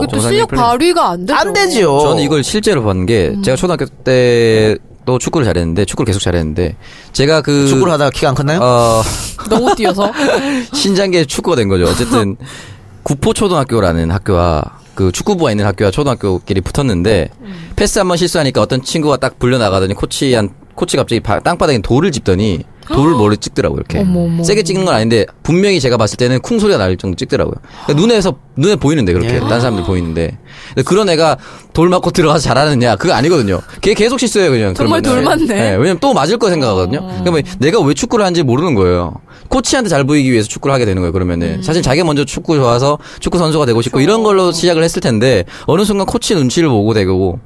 그러니까 그게 또
정상적인
실력
플레이.
발휘가 안 되죠.
안 되지요.
저는 이걸 실제로 본 게 제가 초등학교 때도 축구를 잘했는데 축구를 계속 잘했는데 제가 그
축구를 하다가 키가 안 컸나요?
어,
너무 뛰어서.
네.
신장계 축구가 된 거죠. 어쨌든 구포초등학교라는 학교와 그 축구부가 있는 학교와 초등학교끼리 붙었는데 패스 한 번 실수하니까 어떤 친구가 딱 불려 나가더니 코치한 코치 갑자기 바- 땅바닥에 돌을 집더니 돌을 머리 찍더라고 요 이렇게
어머, 어머.
세게 찍는 건 아닌데 분명히 제가 봤을 때는 쿵 소리가 날 정도 찍더라고요. 그러니까 눈에서 눈에 보이는데 그렇게
예.
다른 사람들 보이는데 근데 그런 애가 돌 맞고 들어가서 잘하느냐 그거 아니거든요. 걔 계속 실수해요 그냥.
정말
그러면은.
돌 맞네.
예, 왜냐면 또 맞을 거 생각하거든요. 그러니까 뭐 내가 왜 축구를 하는지 모르는 거예요. 코치한테 잘 보이기 위해서 축구를 하게 되는 거예요. 그러면은 사실 자기가 먼저 축구 좋아서 축구 선수가 되고 싶고 이런 걸로 시작을 했을 텐데 어느 순간 코치 눈치를 보고 되고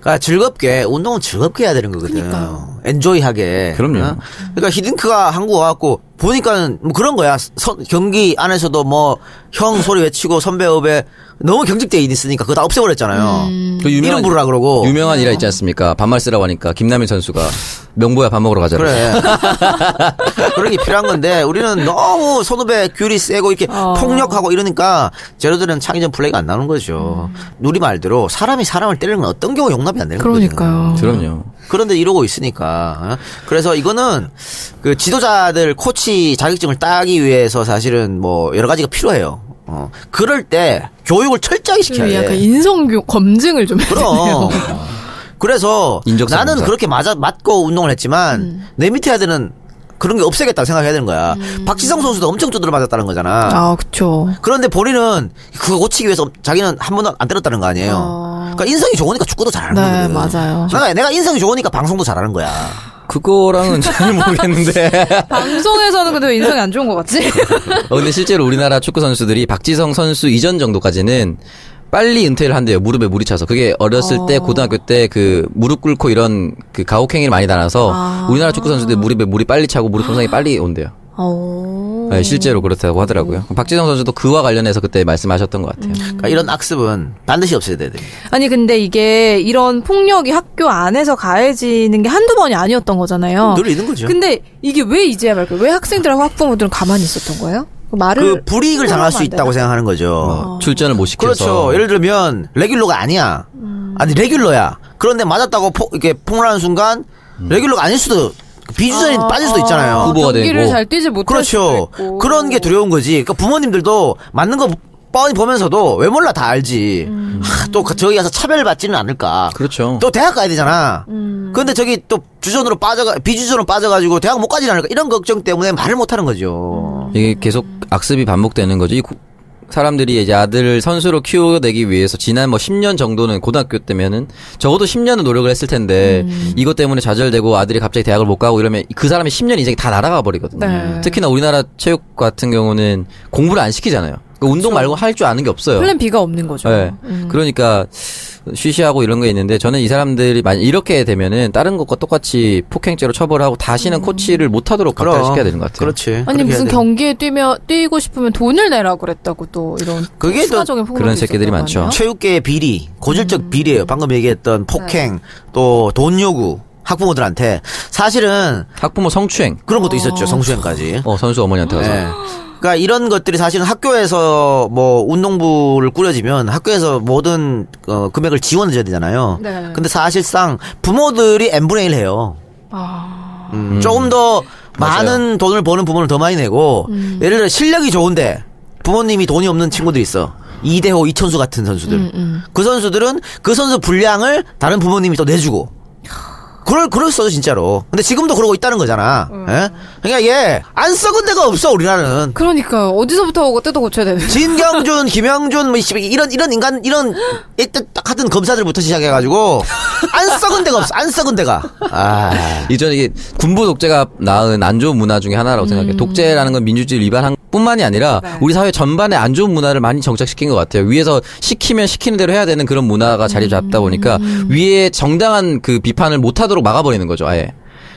그러니까 즐겁게 운동은 즐겁게 해야 되는 거거든.
그러니까요.
엔조이하게.
그럼요.
어? 그러니까 히딩크가 한국 와갖고 보니까는 뭐 그런 거야. 선- 경기 안에서도 뭐 형 소리 외치고 선배 업에 너무 경직돼 있으니까 그거 다 없애버렸잖아요.
음.
그
이름 부르라 그러고.
유명한 일화 있지 않습니까? 반말 쓰라고 하니까 김남일 선수가 명보야 밥 먹으러 가자.
그래. 그런 게 필요한 건데 우리는 너무 선후배 귤이 세고 이렇게
어.
폭력하고 이러니까 쟤네들은 창의적 플레이가 안 나오는 거죠. 우리 말대로 사람이 사람을 때리는 건 어떤 경우 용납이 안
음.
되는
그러니까요.
거거든요.
그럼요.
그런데 이러고 있으니까 어? 그래서 이거는 그 지도자들 코치 자격증을 따기 위해서 사실은 뭐 여러 가지가 필요해요. 어. 그럴 때 교육을 철저하게 시켜야
좀
돼.
약간 인성교 검증을 좀 해야
그럼.
되네요.
그래서
인적성
나는
검사.
그렇게 맞아 맞고 운동을 했지만
음.
내 밑에 애들은 그런 게 없애겠다 생각해야 되는 거야. 박지성 선수도 엄청 두드려 맞았다는 거잖아.
아, 그쵸.
그런데 본인은 그거 고치기 위해서 자기는 한 번도 안 때렸다는 거 아니에요.
어.
그러니까 인성이 좋으니까 축구도 잘하는
네,
거거든. 그러니까
맞아요.
내가, 내가 인성이 좋으니까 방송도 잘하는 거야.
그거랑은 잘 모르겠는데.
방송에서는 근데 왜 인성이 안 좋은 것 같지?
어, 근데 실제로 우리나라 축구 선수들이 박지성 선수 이전 정도까지는 빨리 은퇴를 한대요. 무릎에 물이 차서. 그게 어렸을 때 고등학교 때 그 무릎 꿇고 이런 그 가혹행위를 많이 당해서 우리나라 축구 선수들 무릎에 물이 빨리 차고 무릎 손상이 빨리 온대요.
어.
네, 실제로 그렇다고 하더라고요. 박지성 선수도 그와 관련해서 그때 말씀하셨던 것 같아요.
그러니까 이런 악습은 반드시 없애야 돼.
아니 근데 이게 이런 폭력이 학교 안에서 가해지는 게 한두 번이 아니었던 거잖아요.
늘 있는 거죠.
근데 이게 왜 이제야 말까요? 왜 학생들하고 학부모들은 가만히 있었던 거예요?
그
말을
불이익을 당할 수 있다고 생각하는 거죠.
어, 출전을 못 시켜서
그렇죠. 예를 들면 레귤러가 아니야. 아니 레귤러야. 그런데 맞았다고 폭 이렇게 폭로하는 순간 레귤러가 아닐 수도 그 비주전이 빠질 수도 있잖아요.
음. 어. 후보가
경기를
되고
잘 뛰지 못할
그렇죠.
수도 있고.
그런 게 두려운 거지. 그러니까 부모님들도 맞는 거 뻔히 보면서도 왜 몰라 다 알지. 하, 또 그- 저기 가서 차별받지는 않을까.
그렇죠.
또 대학 가야 되잖아.
음.
그런데 저기 또 주전으로 빠져가 비주전으로 빠져가지고 대학 못 가지 않을까 이런 걱정 때문에 말을 못 하는 거죠.
이게 계속 악습이 반복되는 거죠. 이 구- 사람들이 이제 아들을 선수로 키워내기 위해서 지난 뭐 10년 정도는 고등학교 때면은 적어도 10년은 노력을 했을 텐데
음.
이것 때문에 좌절되고 아들이 갑자기 대학을 못 가고 이러면 그 사람의 10년 인생이 다 날아가 버리거든요.
네.
특히나 우리나라 체육 같은 경우는 공부를 안 시키잖아요. 그 운동 말고 할 줄 아는 게 없어요.
그렇죠. 플랜 B가 없는 거죠. 음.
네. 그러니까 쉬쉬하고 이런 게 있는데 저는 이 사람들이 만약 이렇게 되면은 다른 것과 똑같이 폭행죄로 처벌하고
음.
다시는 코치를 못 하도록 박탈시켜야 되는 것 같아요.
그렇지.
아니
그렇게 해야
무슨
돼.
경기에 뛰며 뛰고 싶으면 돈을 내라 그랬다고 또 이런
그게 또
추가적인 폭로도
그런 새끼들이
있었다고
많죠.
하네요.
체육계의 비리,
음.
고질적 비리예요. 방금
네.
얘기했던 폭행, 또 돈 요구, 학부모들한테 사실은
학부모 성추행.
그런 것도 있었죠. 성추행까지.
어, 선수 어머니한테 가서.
예. 그러니까 이런 것들이 사실은 학교에서 뭐 운동부를 꾸려지면 학교에서 모든 어, 금액을 지원을 줘야 되잖아요.
네.
근데 사실상 부모들이 n분의 1 해요.
아,
음, 조금 더
맞아요.
많은 돈을 버는 부모는 더 많이 내고 예를 들어 실력이 좋은데 부모님이 돈이 없는 친구들이 있어. 이대호, 이천수 같은 선수들. 그 선수들은 그 선수 분량을 다른 부모님이 또 내주고 그럴 그럴 수도 진짜로. 근데 지금도 그러고 있다는 거잖아. 예? 그러니까 얘 안 썩은 데가 없어 우리나라는.
그러니까 어디서부터 오고 뜯어 고쳐야 되는지.
진경준, 김영준 뭐 이씨, 이런 이런 인간 이런 일단 딱 같은 검사들부터 시작해가지고 안 썩은 데가 없어. 안 썩은 데가. 아.
이전 이게 군부 독재가 낳은 안 좋은 문화 중에 하나라고 생각해요. 독재라는 건 민주주의 위반한 뿐만이 아니라 우리 사회 전반에 안 좋은 문화를 많이 정착시킨 것 같아요. 위에서 시키면 시키는 대로 해야 되는 그런 문화가 자리 잡다 보니까 위에 정당한 그 비판을 못하도록 막아버리는 거죠. 아예.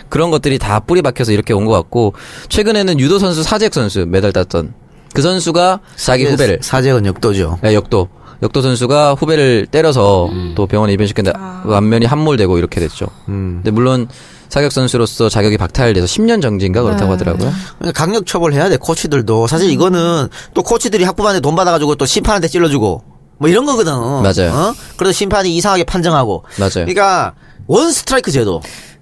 그런 것들이 다 뿌리 박혀서 이렇게 온 것 같고 최근에는 유도 선수 사재혁 선수 메달 땄던 그 선수가 자기 후배를
그 사재건 역도죠.
네, 역도 역도 선수가 후배를 때려서 또 병원에 입원시켰는데
아.
안면이 함몰되고 이렇게 됐죠. 근데 물론 사격 선수로서 자격이 박탈돼서 10년 정지인가
네.
그렇다고 하더라고요.
그러니까 강력 처벌해야 돼 코치들도
음.
사실 이거는 또 코치들이 학부모한테 돈 받아가지고 또 심판한테 찔러주고 뭐 이런 거거든.
맞아요.
어? 그래서 심판이 이상하게 판정하고.
맞아요.
그러니까 원 스트라이크 제도.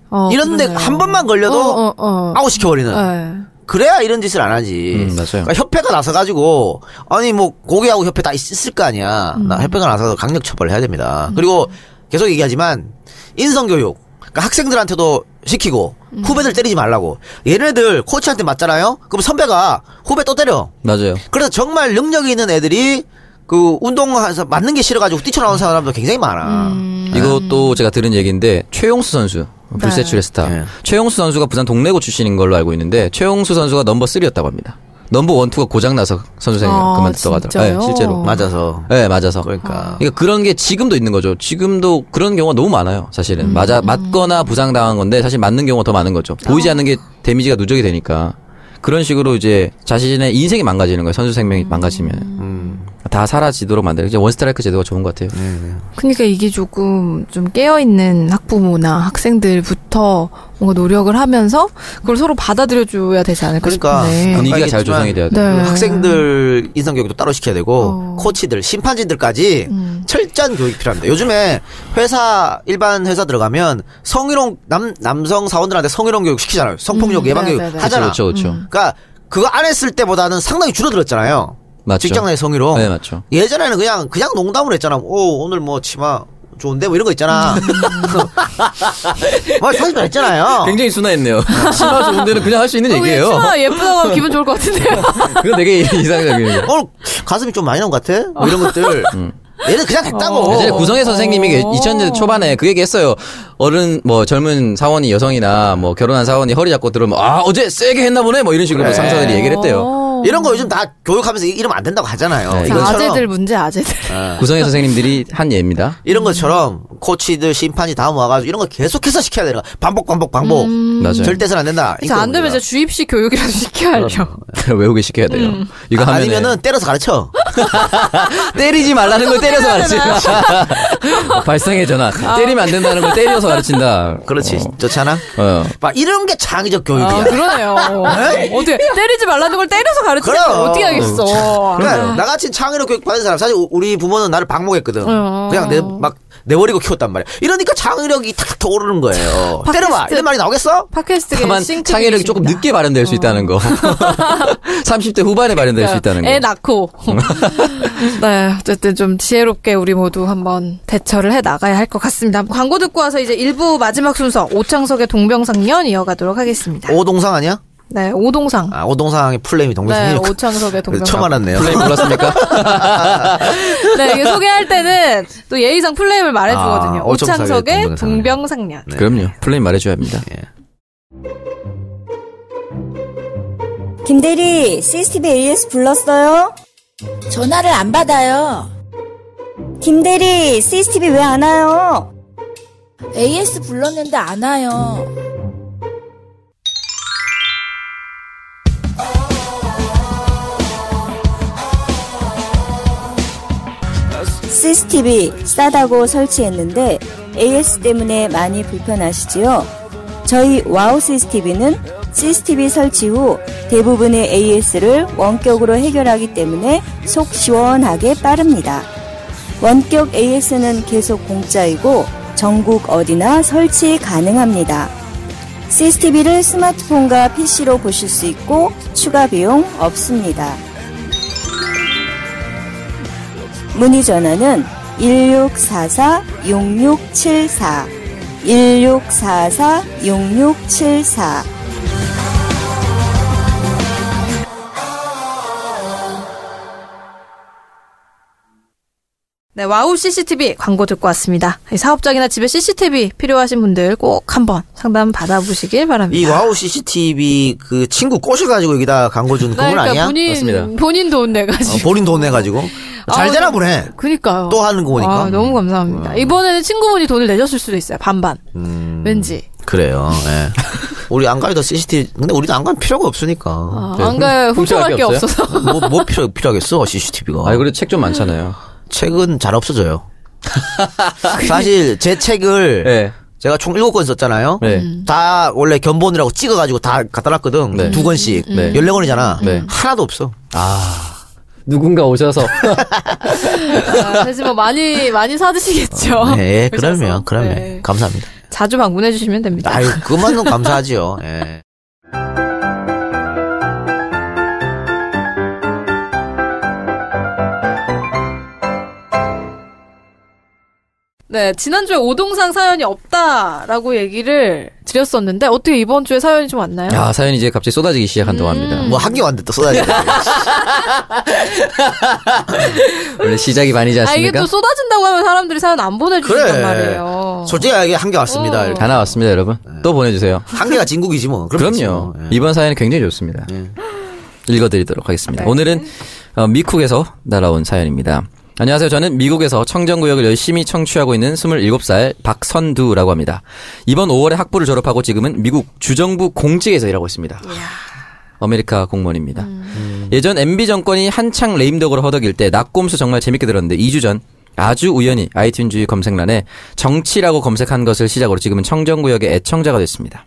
어,
이런데
그러네요.
한 번만 걸려도
어, 어, 어.
아웃 시켜버리는.
네.
그래야 이런 짓을 안 하지.
음, 맞아요.
그러니까 협회가 나서가지고 아니 뭐 고기하고 협회 다 있- 있을 거 아니야. 나 협회가 나서서 강력 처벌을 해야 됩니다. 그리고 계속 얘기하지만 인성 교육. 그러니까 학생들한테도 시키고 후배들 때리지 말라고. 얘네들 코치한테 맞잖아요. 그럼 선배가 후배 또 때려.
맞아요.
그래서 정말 능력이 있는 애들이 그 운동해서 맞는 게 싫어가지고 뛰쳐나오는 사람도 굉장히 많아.
음.
음.
이것도 제가 들은 얘기인데 최용수 선수 불세출의 스타
네.
최용수 선수가 부산 동래고 출신인 걸로 알고 있는데 최용수 선수가 넘버 3였다고 합니다. 넘버 1, 2가 고장나서 선수생이
아,
그만뒀다고 하더라고요.
진짜요?
네, 실제로.
맞아서.
네, 맞아서.
그러니까.
그러니까 그런 게 지금도 있는 거죠. 지금도 그런 경우가 너무 많아요.
음.
사실은 맞아 맞거나 부상당한 건데 사실 맞는 경우가 더 많은 거죠.
아.
보이지 않는 게 데미지가 누적이 되니까 그런 식으로 이제 자신의 인생이 망가지는 거예요. 선수 생명이
음.
망가지면 음. 다 사라지도록 만드는 이제 원스트라이크 제도가 좋은 것 같아요. 네,
그러니까 이게 조금 좀 깨어 있는 학부모나 학생들부터 뭔가 노력을 하면서 그걸 서로 받아들여 줘야 되지 않을까
그러니까
싶네.
분위기가 잘
알겠지만
조성이 돼야 돼.
네. 어.
그 학생들 인성 교육도 따로 시켜야 되고 코치들 심판진들까지
음.
철저한 교육이 필요합니다. 요즘에 회사 일반 회사 들어가면 성희롱 남 남성 사원들한테 성희롱 교육 시키잖아요. 성폭력 예방
네,
교육
네, 네.
하잖아.
그렇죠, 그렇죠.
그러니까 그거 안 했을 때보다는 상당히 줄어들었잖아요.
맞죠.
직장 내 성희롱.
네, 맞죠.
예전에는 그냥 그냥 농담으로 했잖아. 오 오늘 뭐 치마 좋은데 뭐 이런 거 있잖아.
음.
뭐 사실 다 했잖아요.
굉장히 순화했네요.
어.
치마 좋은 데는 그냥 할 수 있는 얘기예요.
치마 아, 예쁘다고 하면 기분 좋을 것 같은데요.
그건 되게 이상적이에요.
오늘 어, 가슴이 좀 많이 나온 것 같아? 뭐 이런 것들. 얘는 그냥 했다고.
예전에 음. 어. 구성애 선생님이 2000년 초반에 그 얘기 했어요. 어른, 뭐, 젊은 사원이 여성이나 뭐, 결혼한 사원이 허리 잡고 들으면, 아, 어제 세게 했나 보네? 뭐, 이런 식으로
그래.
상사들이 얘기를 했대요.
이런 거 요즘 다 교육하면서 이- 이러면 안 된다고 하잖아요.
네,
자,
이런 것처럼-
아재들 문제 아재들.
네.
구성애 선생님들이 한 예입니다.
이런 것처럼 코치들 심판이 다음 와가지고 이런 거 계속해서 시켜야 되는 거야. 반복 반복 반복.
맞아요. 아,
절대선 안 된다.
음. 그래서 안 되면 이제 주입식 교육이라도 시켜야죠.
외우게 시켜야 돼요. 이거 하면.
아니면은 때려서 가르쳐.
때리지 말라는 걸 때려서 가르친다. 발상의 전환. 때리면 안 된다는 걸 때려서 가르친다.
그렇지. 좋잖아.
어. 어.
막 이런 게 창의적 교육이야.
그러니까. 아, 그러네요. 어떻게 때리지 말라는 걸 때려서 가르치는
그럼.
걸 어떻게 하겠어.
그러니까 나같이 창의력 교육 받은 사람 사실 우- 우리 부모는 나를 박목했거든.
어.
그냥 내 막 내버리고 키웠단 말이야. 이러니까 창의력이 탁탁 떠오르는 거예요.
팟캐스트.
때려봐 이런 말이 나오겠어?
팟캐스트에
다만
싱크
창의력이 조금
중이십니다.
늦게 발현될 수 있다는 거. 30대 그러니까. 후반에 발현될 수 있다는 거.
애 낳고
네, 어쨌든 좀 지혜롭게 우리 모두 한번 대처를 해 나가야 할 것 같습니다. 광고 듣고 와서 이제 일부 마지막 순서 오창석의 동병상련 이어가도록 하겠습니다.
오동상 아니야?
네, 오동상.
아 오동상의 풀네임이 동동상이
네,
네,
오창석의
처음
동병상련.
알았네요.
플레이 몰랐습니까?
네, 이게 소개할 때는 또 예의상 플레임을 말해주거든요.
아, 오창석의
오창석의
동병상련.
동병상련.
네.
그럼요. 플레이 말해줘야 합니다.
예.
김대리, CCTV AS 불렀어요?
전화를 안 받아요.
김대리, CCTV 왜 안 와요?
AS 불렀는데 안 와요.
CCTV 싸다고 설치했는데 AS 때문에 많이 불편하시지요? 저희 와우 CCTV는 CCTV 설치 후 대부분의 AS를 원격으로 해결하기 때문에 속 시원하게 빠릅니다. 원격 AS는 계속 공짜이고 전국 어디나 설치 가능합니다. CCTV를 스마트폰과 PC로 보실 수 있고 추가 비용 없습니다. 문의 전화는 1644-6674 1644-6674
네, 와우 CCTV 광고 듣고 왔습니다. 이 사업장이나 집에 CCTV 필요하신 분들 꼭 한번 상담 받아보시길 바랍니다.
이 와우 CCTV 그 친구 꼬셔가지고 여기다 광고 준 그건 아니야?
그러니까 본인
맞습니다.
본인 돈
어,
내가지고.
본인 돈 내가지고 잘
아우, 어.
되나 보네.
그니까요.
또 하는 거 보니까. 음.
아, 너무 감사합니다. 이번에는 친구분이 돈을 내셨을 수도 있어요. 반반. 왠지.
그래요. 예. 우리 안가에도 CCTV 근데 우리도 안가면 필요가 없으니까.
아,
네,
안 가요.
훔-
훔쳐갈
훔쳐갈
게
게 없어요?
없어서.
뭐, 뭐 필요, 필요하겠어, CCTV가.
아, 그래도 책 좀 많잖아요.
책은 잘 없어져요. 사실 제 책을
네.
제가 총 7권 썼잖아요.
네.
음.
다 원래 견본이라고 찍어가지고 다 갖다 놨거든.
네.
두 권씩.
음.
네.
14권이잖아.
네.
하나도 없어.
누군가 오셔서
아, 그래서 뭐 많이, 많이 사드시겠죠.
네,
아, 그래서,
그러면, 그러면.
네.
감사합니다.
자주 방문해주시면 됩니다.
아유, 그만큼 감사하지요. 예.
네, 지난주에 오동상 사연이 없다라고 얘기를 드렸었는데, 어떻게 이번 주에 사연이 좀 왔나요?
야, 사연이 이제 갑자기 쏟아지기 시작한다고 합니다.
음.
뭐, 한개 왔는데 또 쏟아야 돼.
원래 시작이 반이지
아, 이게
않습니까?
또 쏟아진다고 하면 사람들이 사연 안 보내주신단
그래.
말이에요.
솔직하게 한 개 왔습니다.
어.
이렇게.
다 나왔습니다, 여러분. 또 보내주세요.
한 개가 진국이지 뭐. 그럼 되지
그럼요.
뭐. 예.
이번 사연은 굉장히 좋습니다. 읽어드리도록 하겠습니다.
네.
오늘은 어, 미쿡에서 날아온 사연입니다. 안녕하세요. 저는 미국에서 청정구역을 열심히 청취하고 있는 27살 박선두라고 합니다. 이번 5월에 학부를 졸업하고 지금은 미국 주정부 공직에서 일하고 있습니다. 아메리카 공무원입니다. 예전 MB 정권이 한창 레임덕으로 허덕일 때 낙곰수 정말 재밌게 들었는데 2주 전 아주 우연히 아이튠즈 검색란에 정치라고 검색한 것을 시작으로 지금은 청정구역의 애청자가 됐습니다.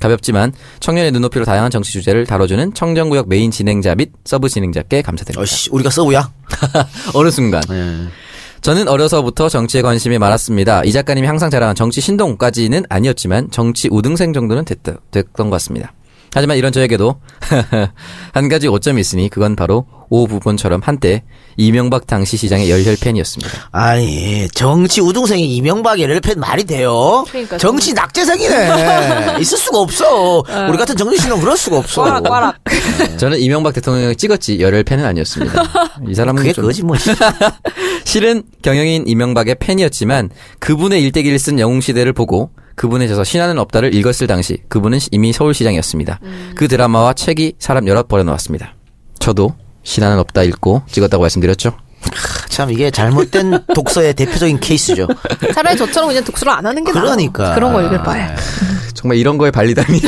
가볍지만 청년의 눈높이로 다양한 정치 주제를 다뤄주는 청정구역 메인 진행자 및 서브 진행자께 감사드립니다.
어씨, 우리가 서브야?
어느 순간
예.
저는 어려서부터 정치에 관심이 많았습니다. 이 작가님이 항상 자랑한 정치 신동까지는 아니었지만 정치 우등생 정도는 됐, 던것 같습니다. 하지만 이런 저에게도 한 가지 오점이 있으니 그건 바로 오 부분처럼 한때 이명박 당시 시장의 열혈 팬이었습니다.
아니 정치 우등생이 이명박의 렐펜 말이 돼요?
그러니까
정치 낙제생이네 있을 수가 없어 우리 같은 정치신은 그럴 수가 없어
꽈락, 꽈락.
네.
저는 이명박 대통령을 찍었지 열혈 팬은 아니었습니다. 이 사람은
그게
좀-
그거지 뭐
실은 경영인 이명박의 팬이었지만 그분의 일대기를 쓴 영웅시대를 보고 그분의 저서 신화는 없다를 읽었을 당시 그분은 이미 서울시장이었습니다. 그 드라마와 책이 사람 여럿 버려놓았습니다. 저도 신화는 없다 읽고 찍었다고 말씀드렸죠.
참 이게 잘못된 독서의 대표적인 케이스죠
차라리 저처럼 그냥 독서를 안 하는 게 나아요.
그러니까.
그런 거 읽을 바에.
정말 이런 거에 발리다니.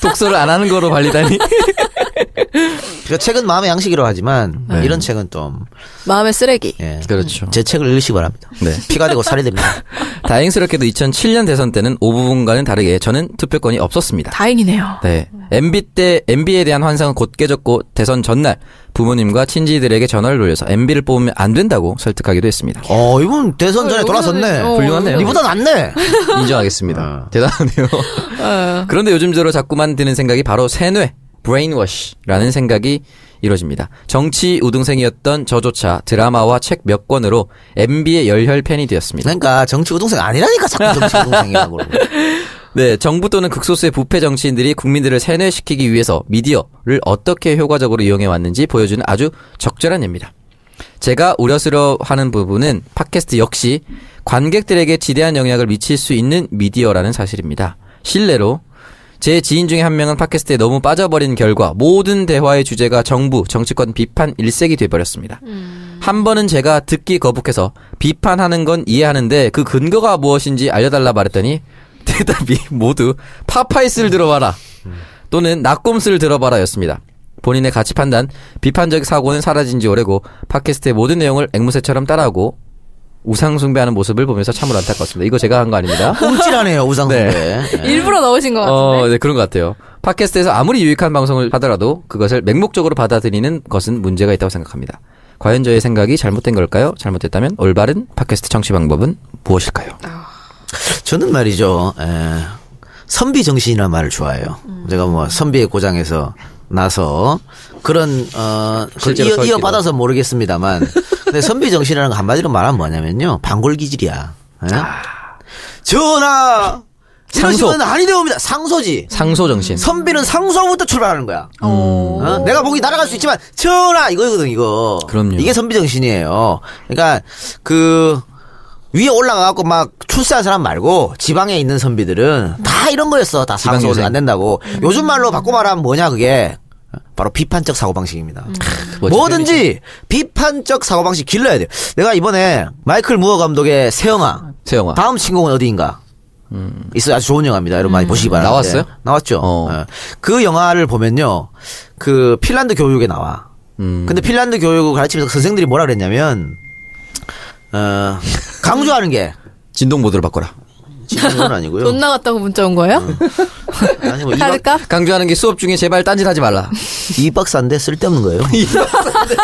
독서를 안 하는 거로 발리다니.
그 책은 마음의 양식이라고 하지만 이런 책은 좀
마음의 쓰레기.
예.
그렇죠.
제 책을 읽으시기 바랍니다.
네.
피가 되고 살이 됩니다.
다행스럽게도 2007년 대선 때는 5부분과는 다르게 저는 투표권이 없었습니다.
다행이네요.
네. MB 때 MB에 대한 환상은 곧 깨졌고 대선 전날 부모님과 친지들에게 전화를 돌려서 MB를 뽑으면 안 된다고 설득하기도 했습니다.
어 이분 대선 전에
어,
돌아섰네.
여기서는- 어.
훌륭하네요.
이보다 낫네.
인정하겠습니다. 대단하네요.
어.
그런데 요즘 들어 자꾸만 드는 생각이 바로 세뇌, 브레인워시라는 생각이 이루어집니다. 정치 우등생이었던 저조차 드라마와 책 몇 권으로 MB의 열혈 팬이 되었습니다.
그러니까 정치 우동생 아니라니까 자꾸 정치 우동생이라고. 그러고.
네, 정부 또는 극소수의 부패 정치인들이 국민들을 세뇌시키기 위해서 미디어를 어떻게 효과적으로 이용해 왔는지 보여주는 아주 적절한 예입니다. 제가 우려스러워하는 부분은 팟캐스트 역시 관객들에게 지대한 영향을 미칠 수 있는 미디어라는 사실입니다. 실례로 제 지인 중에 한 명은 팟캐스트에 너무 빠져버린 결과 모든 대화의 주제가 정부, 정치권 비판 일색이 돼버렸습니다. 한 번은 제가 듣기 거북해서 비판하는 건 이해하는데 그 근거가 무엇인지 알려달라 말했더니 대답이 모두 파파이스를 들어봐라 또는 낙곰스를 들어봐라였습니다. 본인의 가치 판단, 비판적 사고는 사라진 지 오래고 팟캐스트의 모든 내용을 앵무새처럼 따라하고 우상숭배하는 모습을 보면서 참으로 안타깝습니다. 이거 제가 한 거 아닙니다.
울찔하네요 우상대.
일부러 넣으신 것 같은데.
어, 네, 그런 것 같아요. 팟캐스트에서 아무리 유익한 방송을 하더라도 그것을 맹목적으로 받아들이는 것은 문제가 있다고 생각합니다. 과연 저의 생각이 잘못된 걸까요? 잘못됐다면 올바른 팟캐스트 청취 방법은 무엇일까요?
아,
저는 말이죠. 에, 선비 정신이라는 말을 좋아해요. 제가 뭐 선비의 고장에서 나서 그런 어 그걸
실제로
이어,
설계도.
이어받아서 모르겠습니다만 근데 선비 정신이라는 거 한마디로 말하면 뭐냐면요 반골 기질이야. 예? 전하
상소.
이러시면 아니 되옵니다. 상소지.
상소
음.
정신.
선비는 상소부터 출발하는 거야. 어? 내가 보기 날아갈 수 있지만 전하 이거거든 이거.
그럼요.
이게 선비 정신이에요. 그러니까 그 위에 올라가갖고 막 출세한 사람 말고 지방에 있는 선비들은 다 이런 거였어. 다
지방
상소는
유생. 음.
안 된다고. 요즘 말로 바꿔 말하면 뭐냐 그게 바로 비판적 사고 방식입니다.
음. 멋진
뭐든지 비판적 사고 방식 길러야 돼요. 내가 이번에 마이클 무어 감독의 새영아
세영아.
다음 신곡은 어디인가? 음. 있어요. 아주 좋은 영화입니다. 여러분 많이 보시기 바랍니다.
음. 나왔어요?
네. 나왔죠.
어.
예. 그 영화를 보면요. 그 핀란드 교육에 나와.
음.
근데 핀란드 교육을 가르치면서 그 선생들이 뭐라 그랬냐면 어, 강조하는 게
진동 모드로 바꿔라.
지금 건 아니고요.
돈 나갔다고 문자 온 거예요?
아니 뭐 음, 이박,
카드값?
강조하는 게 수업 중에 제발 딴짓하지 말라.
이박사인데 쓸데없는 거예요.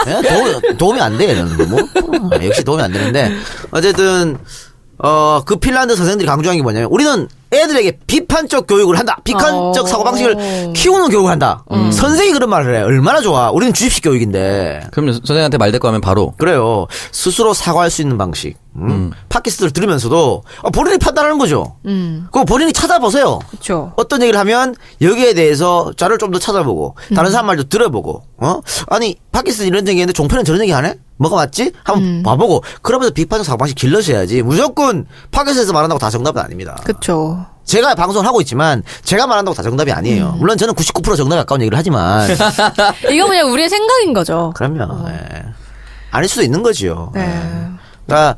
예? 도움, 도움이 안 돼, 이런 거. 뭐. 어, 역시 도움이 안 되는데. 어쨌든, 어, 그 핀란드 선생들이 강조한 게 뭐냐면, 우리는 애들에게 비판적 교육을 한다. 비판적
어.
사고방식을 키우는 교육을 한다. 선생이 그런 말을 해. 얼마나 좋아. 우리는 주입식 교육인데.
그럼 선생님한테 말대꾸하면 바로
그래요. 스스로 사과할 수 있는 방식. 음. 팟캐스트를 들으면서도, 어, 본인이 판단하는 거죠.
음,
그거 본인이 찾아보세요.
그쵸.
어떤 얘기를 하면 여기에 대해서 자료를 좀 더 찾아보고
음.
다른 사람 말도 들어보고 어 아니 팟캐스트 이런 얘기했는데 종편은 저런 얘기 하네 뭐가 맞지 한번
음.
봐보고 그러면서 비판적 사고방식 길러셔야지 무조건 팟캐스트에서 말한다고 다 정답은 아닙니다
그쵸.
제가 방송을 하고 있지만 제가 말한다고 다 정답이
음.
아니에요 물론 저는 99% 정답에 가까운 얘기를 하지만
이거 그냥 우리의 생각인 거죠.
그러면 예. 아닐 수도 있는 거지요
어. 네.
예. 그러니까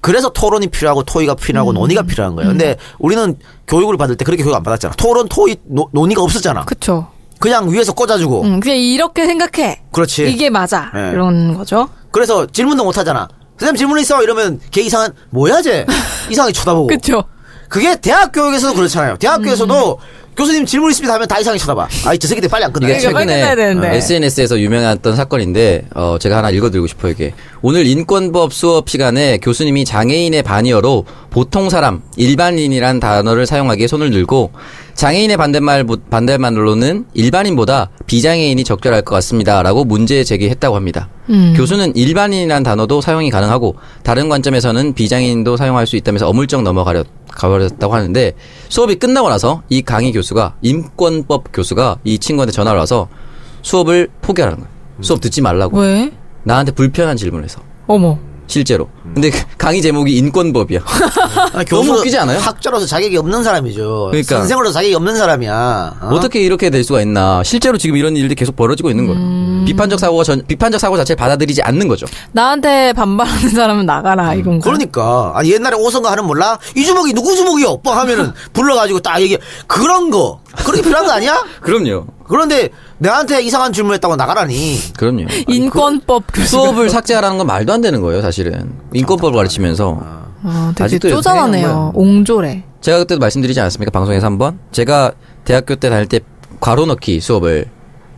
그래서 토론이 필요하고 토의가
음.
필요하고 논의가 필요한 거예요 근데 우리는 교육을 받을 때 그렇게 교육 안 받았잖아 토론 토의 노- 논의가 없었잖아
그쵸.
그냥 위에서 꽂아주고.
음, 그냥 이렇게 생각해.
그렇지.
이게 맞아.
예.
이런 거죠.
그래서 질문도 못 하잖아. 선생님 질문 있어 이러면 걔 이상한 뭐야 쟤 이상하게 쳐다보고.
그쵸.
게 대학 교육에서도 그렇잖아요. 대학 교육에서도
음.
교수님 질문 있습니다 하면 다 이상하게 쳐다봐. 아이 저 새끼들 빨리 안 끝내.
이게
이거 빨리 끝내야 되는데.
최근에 어, SNS에서 유명했던 사건인데 어, 제가 하나 읽어드리고 싶어요 이게 오늘 인권법 수업 시간에 교수님이 장애인의 반의어로 보통 사람 일반인이란 단어를 사용하기에 손을 들고 장애인의 반대말 보- 반대말로는 일반인보다 비장애인이 적절할 것 같습니다라고 문제 제기했다고 합니다. 교수는 일반인이란 단어도 사용이 가능하고 다른 관점에서는 비장애인도 사용할 수 있다면서 어물쩍 넘어가려 가버렸다고 하는데 수업이 끝나고 나서 이 강의 교수가 인권법 교수가 이 친구한테 전화를 와서 수업을 포기하라는 거예요. 수업 듣지 말라고.
왜?
나한테 불편한 질문을 해서.
어머.
실제로. 근데 그 강의 제목이 인권법이야. 너무 웃기지 않아요?
그러니까 학자로서 자격이 없는 사람이죠.
그러니까.
선생으로서 자격이 없는 사람이야. 어?
어떻게 이렇게 될 수가 있나. 실제로 지금 이런 일들이 계속 벌어지고 있는 거예요. 비판적 사고가 전, 비판적 사고 자체를 받아들이지 않는 거죠.
나한테 반발하는 사람은 나가라, 이건 가
그러니까 아니 옛날에 오성가 하는 몰라 이 주먹이 뭐 누구 주먹이요? 오빠 하면은 불러가지고 딱 얘기 그런 거 그렇게 필요한 거 아니야?
그럼요.
그런데 내한테 이상한 질문했다고 나가라니.
그럼요. 아니,
인권법
그
교수.
수업을 삭제하라는 건 말도 안 되는 거예요, 사실은. 인권법을 가르치면서.
어,
아, 되게
아직도
쪼잔하네요.
연습해가는 거야.
옹졸해.
제가 그때도 말씀드리지 않았습니까? 방송에서 한 번? 제가 대학교 때 다닐 때 괄호 넣기 수업을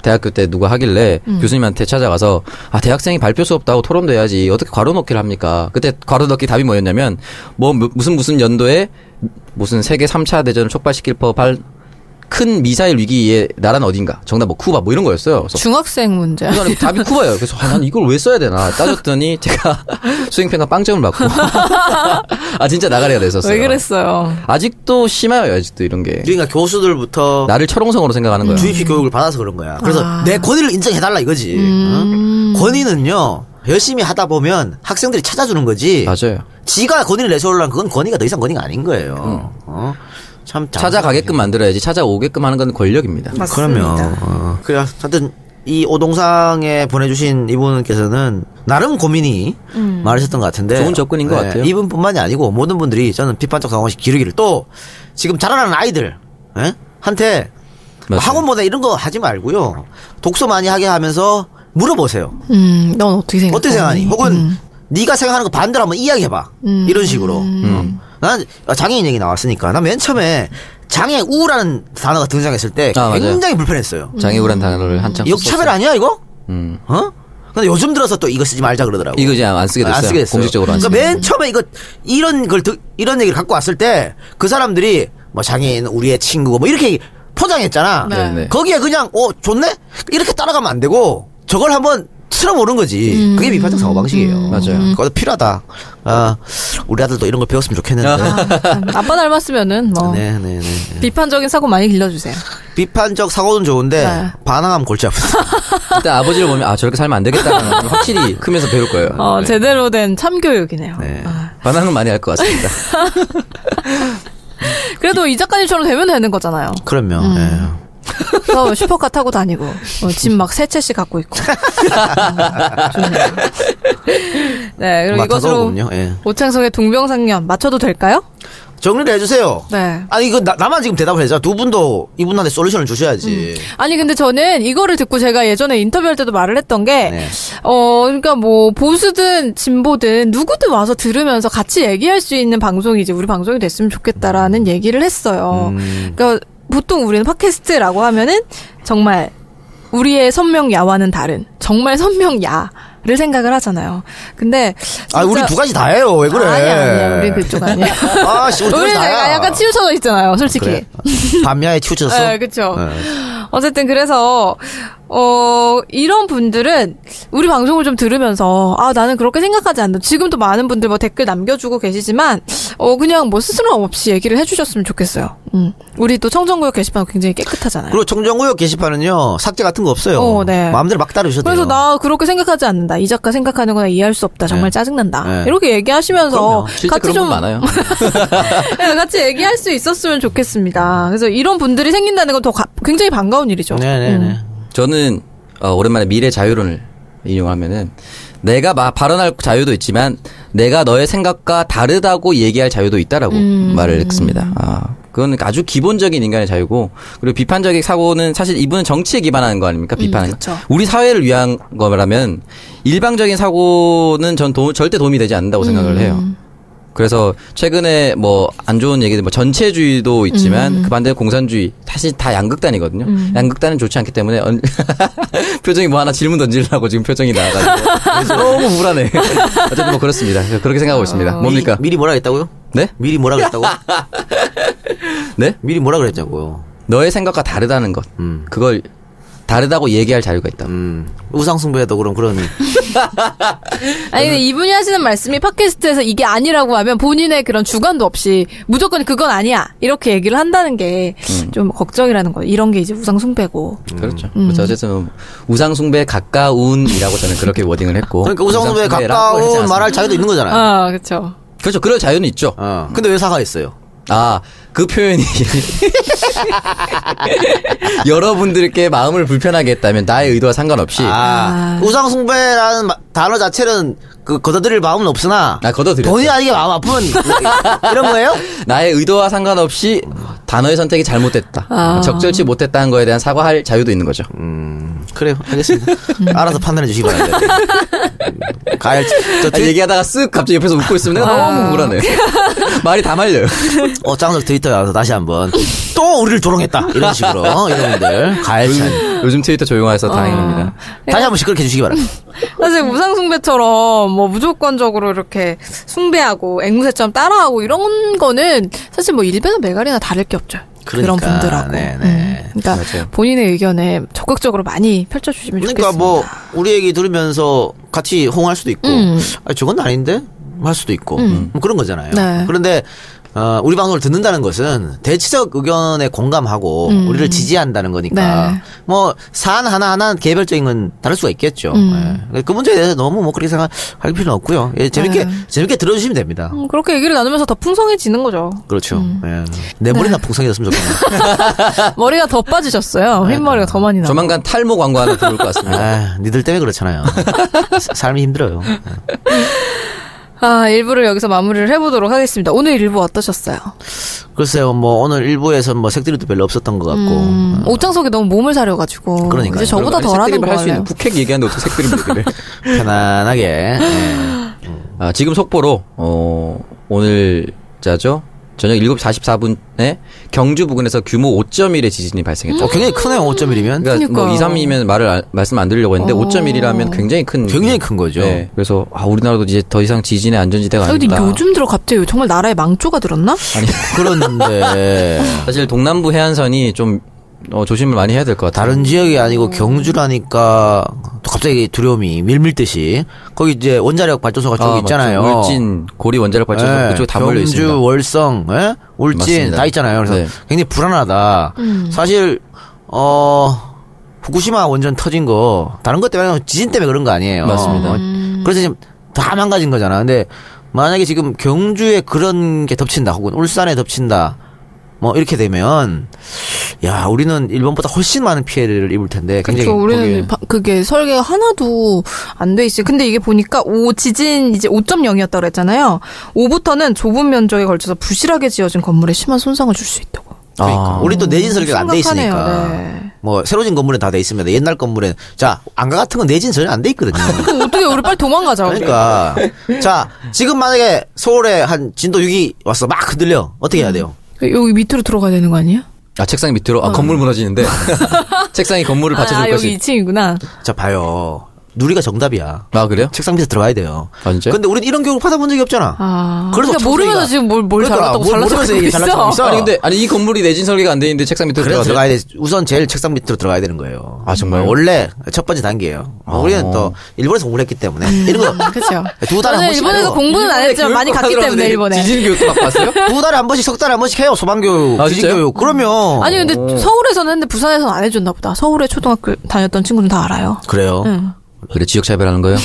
대학교 때 누가 하길래
음.
교수님한테 찾아가서 아 대학생이 발표 수업도 하고 토론도 해야지 어떻게 괄호 넣기를 합니까? 그때 괄호 넣기 답이 뭐였냐면 뭐 무- 무슨 무슨 연도에 무슨 세계 3차 대전을 촉발시킬 법할 큰 미사일 위기의 나라는 어딘가 정답 뭐 쿠바 뭐 이런 거였어요. 그래서
중학생 문제.
그날은 답이 쿠바예요. 그래서 아, 난 이걸 왜 써야 되나 따졌더니 제가 수행평가 빵점을 받고 아 진짜 나가래가 됐었어요.
왜 그랬어요?
아직도 심해요. 아직도 이런 게
그러니까 교수들부터
나를 철옹성으로 생각하는 거예요.
주입식 교육을 받아서 그런 거야. 그래서 내 권위를 인정해달라 이거지. 어? 권위는요 열심히 하다 보면 학생들이 찾아주는 거지.
맞아요.
지가 권위를 내세우려면 그건 권위가 더 이상 권위가 아닌 거예요. 어? 참
음. 찾아가게끔 만들어야지 찾아오게끔 하는 건 권력입니다.
그러면 어, 그래 하여튼 이 오동상에 보내주신 이분께서는 나름 고민이
음.
많으셨던 것 같은데 네,
좋은 접근인 것 같아요.
이분뿐만이 아니고 모든 분들이 저는 비판적 상황식 기르기를 또 지금 자라나는 아이들 예? 한테 뭐
맞아요.
학원 보내 이런 거 하지 말고요 독서 많이 하게 하면서 물어보세요
음, 넌 어떻게 생각해?
어떻게 생각하니?
음.
음.
혹은 네가 생각하는 거 반대로 한번 이야기해봐. 이런 식으로.
음.
어. 난 아, 장애인 얘기 나왔으니까 난 맨 처음에 장애 우라는 단어가 등장했을 때
아, 맞아요.
굉장히 불편했어요.
장애우란 단어를 한참
역차별
썼어요.
아니야 이거?
음.
어? 근데 요즘 들어서 또 이거 쓰지 말자 그러더라고.
이거 이제 안 쓰게 됐어요.
안 쓰게 됐어요.
공식적으로 안 쓰게.
그러니까 맨 처음에 이거 이런 걸 듣- 이런 얘기를 갖고 왔을 때 그 사람들이 뭐 장애인 우리의 친구고 뭐 이렇게 포장했잖아.
네, 네.
거기에 그냥 어 좋네 이렇게 따라가면 안 되고 저걸 한번 틀어보는 거지.
음.
그게 비판적 사고 방식이에요.
맞아요.
그것도 필요하다. 아 우리 아들도 이런 걸 배웠으면 좋겠는데.
아빠 닮았으면은 뭐
네, 네, 네.
비판적인 사고 많이 길러주세요.
비판적 사고는 좋은데
네.
반항하면 골치 아프다.
일단 아버지를 보면 아 저렇게 살면 안 되겠다는 걸 확실히 크면서 배울 거예요.
어, 제대로 된 참교육이네요.
네.
아,
반항은 많이 할 것 같습니다.
그래도 이 작가님처럼 되면 되는 거잖아요.
그럼요.
음.
예.
저 슈퍼카 타고 다니고 어, 집막 세 채씩 갖고 있고. 아, 좋네요. 네, 그럼 이것으로
맡아서군요. 예.
오창석의 동병상련 맞춰도 될까요?
정리를 해주세요.
네.
아니 이거 나, 나만 지금 대답을 해줘. 두 분도 이분한테 솔루션을 주셔야지.
아니 근데 저는 이거를 듣고 제가 예전에 인터뷰할 때도 말을 했던 게
네.
어, 그러니까 뭐 보수든 진보든 누구든 와서 들으면서 같이 얘기할 수 있는 방송이 이제 우리 방송이 됐으면
음.
좋겠다라는 얘기를 했어요. 그러니까 보통 우리는 팟캐스트라고 하면은 정말 우리의 선명 야와는 다른 정말 선명 야를 생각을 하잖아요. 근데
아 우리
진짜-
두 가지 다예요. 왜 그래? 어,
아니 아니 우리 그쪽 아니야.
아씨 우리 두
우리
가지
약간,
다야.
약간 치우쳐져 있잖아요, 솔직히.
그래. 밤야에 치우쳤어.
네, 그쵸. 어쨌든 그래서 어 이런 분들은 우리 방송을 좀 들으면서 아 나는 그렇게 생각하지 않는다. 지금도 많은 분들 뭐 댓글 남겨주고 계시지만 어 그냥 뭐 스스럼 없이 얘기를 해주셨으면 좋겠어요. 음 우리 또 청정구역 게시판 굉장히 깨끗하잖아요.
그렇죠.
그리고 청정구역 게시판은요 삭제 같은 거 없어요.
어, 네.
마음대로 막 따르셔도
그래서
돼요.
나 그렇게 생각하지 않는다. 이 작가 생각하는 거나 이해할 수 없다. 정말
네.
짜증난다.
네.
이렇게 얘기하시면서
어,
그럼요. 실제 그런 분 많아요.
네, 같이 얘기할 수 있었으면 좋겠습니다. 그래서 이런 분들이 생긴다는 건 더 굉장히 반가운 일이죠.
네네네.
음.
저는 어, 오랜만에 미래 자유론을 인용하면은 내가 마- 발언할 자유도 있지만 내가 너의 생각과 다르다고 얘기할 자유도 있다라고 말을 했습니다. 아, 그건 아주 기본적인 인간의 자유고 그리고 비판적인 사고는 사실 이분은 정치에 기반하는 거 아닙니까? 비판은 우리 사회를 위한 거라면 일방적인 사고는 전 도- 절대 도움이 되지 않는다고 생각을 해요. 그래서 최근에 뭐 안 좋은 얘기들 뭐 전체주의도 있지만 그 반대로 공산주의 사실 다 양극단이거든요. 양극단은 좋지 않기 때문에 언- 표정이 뭐 하나 질문 던지려고 지금 표정이 나와가지고 너무 우울하네. 어쨌든 뭐 그렇습니다. 그렇게 생각하고 있습니다. 뭡니까?
미리, 미리 뭐라 그랬다고요?
네?
미리 뭐라 그랬다고?
네?
미리 뭐라 그랬다고요?
너의 생각과 다르다는 것.
음.
그걸 다르다고 얘기할 자유가 있다.
음 우상숭배도 그럼 그런
어, 아니 근데 이분이 하시는 말씀이 팟캐스트에서 이게 아니라고 하면 본인의 그런 주관도 없이 무조건 그건 아니야 이렇게 얘기를 한다는 게
음.
좀 걱정이라는 거예요. 이런 게 이제 우상숭배고.
그렇죠. 그래서 어쨌든 우상숭배 가까운이라고 저는 그렇게 워딩을 했고.
그러니까 우상숭배에
우상숭배라고 하지
가까운
않습니다.
말할 자유도 있는 거잖아요.
아 그렇죠.
그렇죠. 그럴 자유는 있죠.
어. 근데 왜 사과했어요?
아, 그 표현이 여러분들께 마음을 불편하게 했다면 나의 의도와 상관없이 아,
아, 우상숭배라는 마- 단어 자체는 그 걷어들일 마음은 없으나
아,
아-
걷어들였죠.
본의 아니게 마음 아픈 이런 거예요?
나의 의도와 상관없이 단어의 선택이 잘못됐다.
아.
적절치 못했다는 거에 대한 사과할 자유도 있는 거죠.
그래요. 알겠습니다. 음. 알아서 판단해 주시기 바랍니다. 음, 가열 저
아,
트위,
얘기하다가 쓱 갑자기 옆에서 웃고 있으면 내가
아.
너무 불안해. 말이 다 말려요.
어 짱석 트위터에 와서 다시 한번 또 우리를 조롱했다 이런 식으로 여러분들 가열
요즘,
찬
요즘 트위터
아.
조용해서 다행입니다.
다시 한번 시끄럽게 해주시기 바랍니다.
사실 우상숭배처럼 뭐 무조건적으로 이렇게 숭배하고 앵무새처럼 따라하고 이런 거는 사실 뭐 일배나 메갈이나 다를 게 없죠. 그런
그러니까,
분들하고.
네, 네.
그러니까
맞아요.
본인의 의견에 적극적으로 많이 펼쳐주시면
그러니까
좋겠습니다.
뭐 우리 얘기 들으면서 같이 호응할 수도 있고
음.
아 저건 아닌데 할 수도 있고 뭐 그런 거잖아요.
네.
그런데 어, 우리 방송을 듣는다는 것은 대체적 의견에 공감하고 우리를 지지한다는 거니까
음. 네.
뭐 사안 하나 하나 개별적인 건 다를 수가 있겠죠.
음.
예. 그 문제에 대해서 너무 뭐 그렇게 생각할 필요는 없고요. 예, 재밌게
네.
재밌게 들어주시면 됩니다.
음, 그렇게 얘기를 나누면서 더 풍성해지는 거죠.
그렇죠. 예. 내 머리나 풍성해졌으면 좋겠네요.
머리가 더 빠지셨어요. 흰머리가 더 많이 나고.
조만간 탈모 광고 하나 들어올 것 같습니다.
아, 니들 때문에 그렇잖아요. 사- 삶이 힘들어요. 예.
아, 일부를 여기서 마무리를 해보도록 하겠습니다. 오늘 일부 어떠셨어요?
글쎄요, 뭐 오늘 일부에서 뭐 색들이도 별로 없었던 것 같고.
음, 옷장속에 너무 몸을 사려가지고.
그러니까요.
이제 저보다
그러니까
덜 하는
색드립을
거
할수 있는
알아요.
북핵 얘기하는데 어떻게 색드립을 얘기를 해.
편안하게 예.
아, 지금 속보로 어, 오늘 자죠 저녁 7시 44분에 경주 부근에서 규모 5.1의 지진이 발생했다.
어, 굉장히 크네요 5.1이면
그러니까 뭐 2,
음, 그러니까요.
3이면 말을 안- 말씀 안 드리려고 했는데
어.
5.1이라면 굉장히 큰
굉장히 큰 거죠
네, 그래서 아, 우리나라도 이제 더 이상 지진의 안전지대가
아, 근데
아니다.
요즘 들어 갑자기 정말 나라에 망조가 들었나?
그런데
사실 동남부 해안선이 좀 어, 조심을 많이 해야 될 것 같아요.
다른 지역이 아니고 경주라니까 또 갑자기 두려움이 밀밀듯이 거기 이제 원자력 발전소가 저기
아,
있잖아요
맞죠. 울진 고리 원자력 발전소
예,
그쪽 다 몰려 있습니다.
경주 월성 예? 울진
맞습니다.
다 있잖아요 그래서
네.
굉장히 불안하다 사실 어 후쿠시마 원전 터진 거 다른 것 때문에 아니라 지진 때문에 그런 거 아니에요
맞습니다.
어,
음.
그래서 지금 다 망가진 거잖아 근데 만약에 지금 경주에 그런 게 덮친다 혹은 울산에 덮친다 뭐 이렇게 되면 야 우리는 일본보다 훨씬 많은 피해를 입을 텐데 굉장히
그렇죠. 우리는
거기에-
바- 그게 설계가 하나도 안 돼 있어요. 근데 이게 보니까 5 지진 이제 5.0이었다고 그랬잖아요. 5부터는 좁은 면적에 걸쳐서 부실하게 지어진 건물에 심한 손상을 줄 수 있다고.
그러니까.
아.
우리 또 내진 설계가 안 돼
심각하네요.
있으니까.
네.
뭐 새로진 건물은 다 돼 있습니다. 옛날 건물은 자 안가 같은 건 내진 전혀 안 돼 있거든요.
그럼 어떻게 우리 빨리 도망가자. 우리.
그러니까 자 지금 만약에 서울에 한 진도 6이 왔어 막 흔들려 어떻게 해야 돼요?
여기 밑으로 들어가야 되는 거 아니에요?
아 책상 밑으로 아 건물 무너지는데 책상이 건물을 받쳐줄
어. 아, 여기
것이
2층이구나.
자 봐요 누리가 정답이야.
아 그래요?
책상 밑에 들어가야 돼요.
아, 진짜?
근데 우린 이런 교육 받아본 적이 없잖아.
아.
그래서
그러니까 모르면서
청소기가-
지금 뭘, 뭘
그러니까
잘났다고
뭘
잘났다고
모르면서
하고
얘기 잘났다고 하고
있어.
있어.
아니 근데 아니 이 건물이 내진 설계가 안 돼 있는데 책상 밑으로
그래서
들어가서
들어가야 돼. 우선 제일 책상 밑으로 들어가야 되는 거예요.
아, 정말요?
원래 첫 번째 단계예요.
아.
우리는 또 일본에서 공부를 했기 때문에 이런 거
그렇죠.
두 달에 한
저는
번씩
일본에서
해요.
공부는 안 했지만 많이 갔기 때문에 일본에.
음. 지진 교육도 막 봤어요?
두 달에 한 번씩 석 달에 한 번씩 해요 소방교육,
아, 진짜요?
지진교육. 그러면
아니 근데
어.
서울에서는 했는데 부산에서는 안 해줬나 보다. 서울에 초등학교 다녔던 친구는 다 알아요.
그래요.
응.
그래 지역 차별하는 거예요?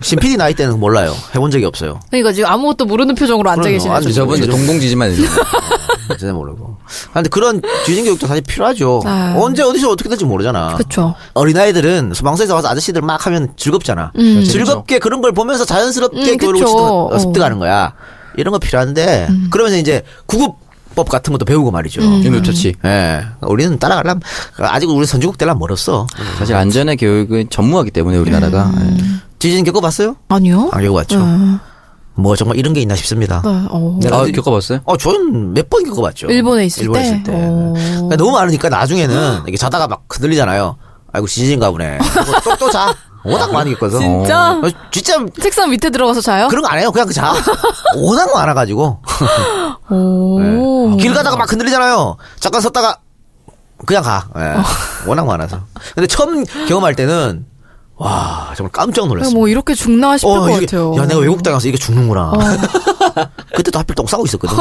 신PD 나이 때는 몰라요. 해본 적이 없어요.
그러니까 지금 아무것도 모르는 표정으로 앉아
그럼요.
계시네.
아니,
근데 저번 이제 동공 지진만 있는
음.
거예요.
전혀 모르고. 아, 근데 그런 지진 교육도 사실 필요하죠.
아.
언제 어디서 어떻게 될지 모르잖아.
그렇죠.
어린아이들은 소방서에서 와서 아저씨들 막 하면 즐겁잖아. 즐겁게 그런 걸 보면서 자연스럽게
그렇죠, 음,
교육을
그쵸.
습득-
어. 음.
어, 습득하는 거야. 이런 거 필요한데 그러면서 이제 구급법 같은 것도 배우고 말이죠.
이거 좋지.
예. 우리는 따라가려면 아직 우리 선진국 때랑 멀었어.
사실 안전의 교육은 전무하기 때문에 우리나라가
음.
예.
지진 겪어봤어요?
아니요.
안 겪어봤죠.
음.
뭐 정말 이런 게 있나 싶습니다.
네, 어.
예.
내가
아
아직-
겪어봤어요?
어, 저는 몇 번 겪어봤죠.
일본에 있을
일본에
때?
있을 때.
어.
그러니까 너무 많으니까 나중에는 이렇게 자다가 막 흔들리잖아요. 아이고 지진인가 보네. 또 또 자. 워낙 많이 겪어서.
진짜?
어, 진짜
책상 밑에 들어가서 자요?
그런 거 안 해요. 그냥 그 자. 워낙 많아가지고 네.
오. 네,
길 가다가 막 흔들리잖아요. 잠깐 섰다가 그냥 가. 예.
어.
워낙 많아서. 근데 처음 경험할 때는 와 정말 깜짝 놀랐어요.
뭐 이렇게 죽나 싶을 것
어, 이게-
같아요. 어.
야 내가 외국 다녀서 이게 죽는구나. 그때도 하필 똥 싸고 있었거든.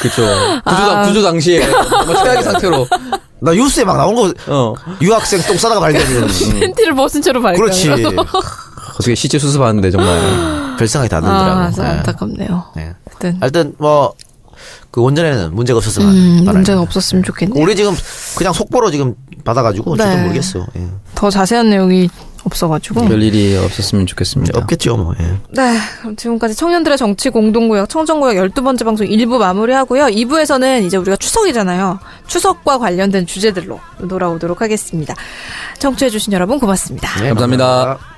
그렇죠.
아.
구조, 당 구조 당시에 정말 최악의 상태로
나 뉴스에 막 나온 거
어.
유학생 똥 싸다가 발견.
팬티를 벗은 채로 아, 발견.
그렇지.
어떻게 시체 수습하는데 정말
별 생각이 다
아,
들더라고.
참 안타깝네요.
예. 예.
하여튼
하여튼 뭐 그 원전에는 문제가 없었으면
음,
바라요.
문제는 없었으면 좋겠네요.
우리 지금 그냥 속보로 지금 받아가지고 저도
네.
모르겠어. 예.
더 자세한 내용이
네.
없어가지고.
별 일이 없었으면 좋겠습니다.
없겠죠 뭐. 예.
네, 그럼 지금까지 청년들의 정치 공동구역 청정구역 12번째 방송 1부 마무리하고요. 2부에서는 이제 우리가 추석이잖아요. 추석과 관련된 주제들로 돌아오도록 하겠습니다. 청취해주신 여러분 고맙습니다.
감사합니다.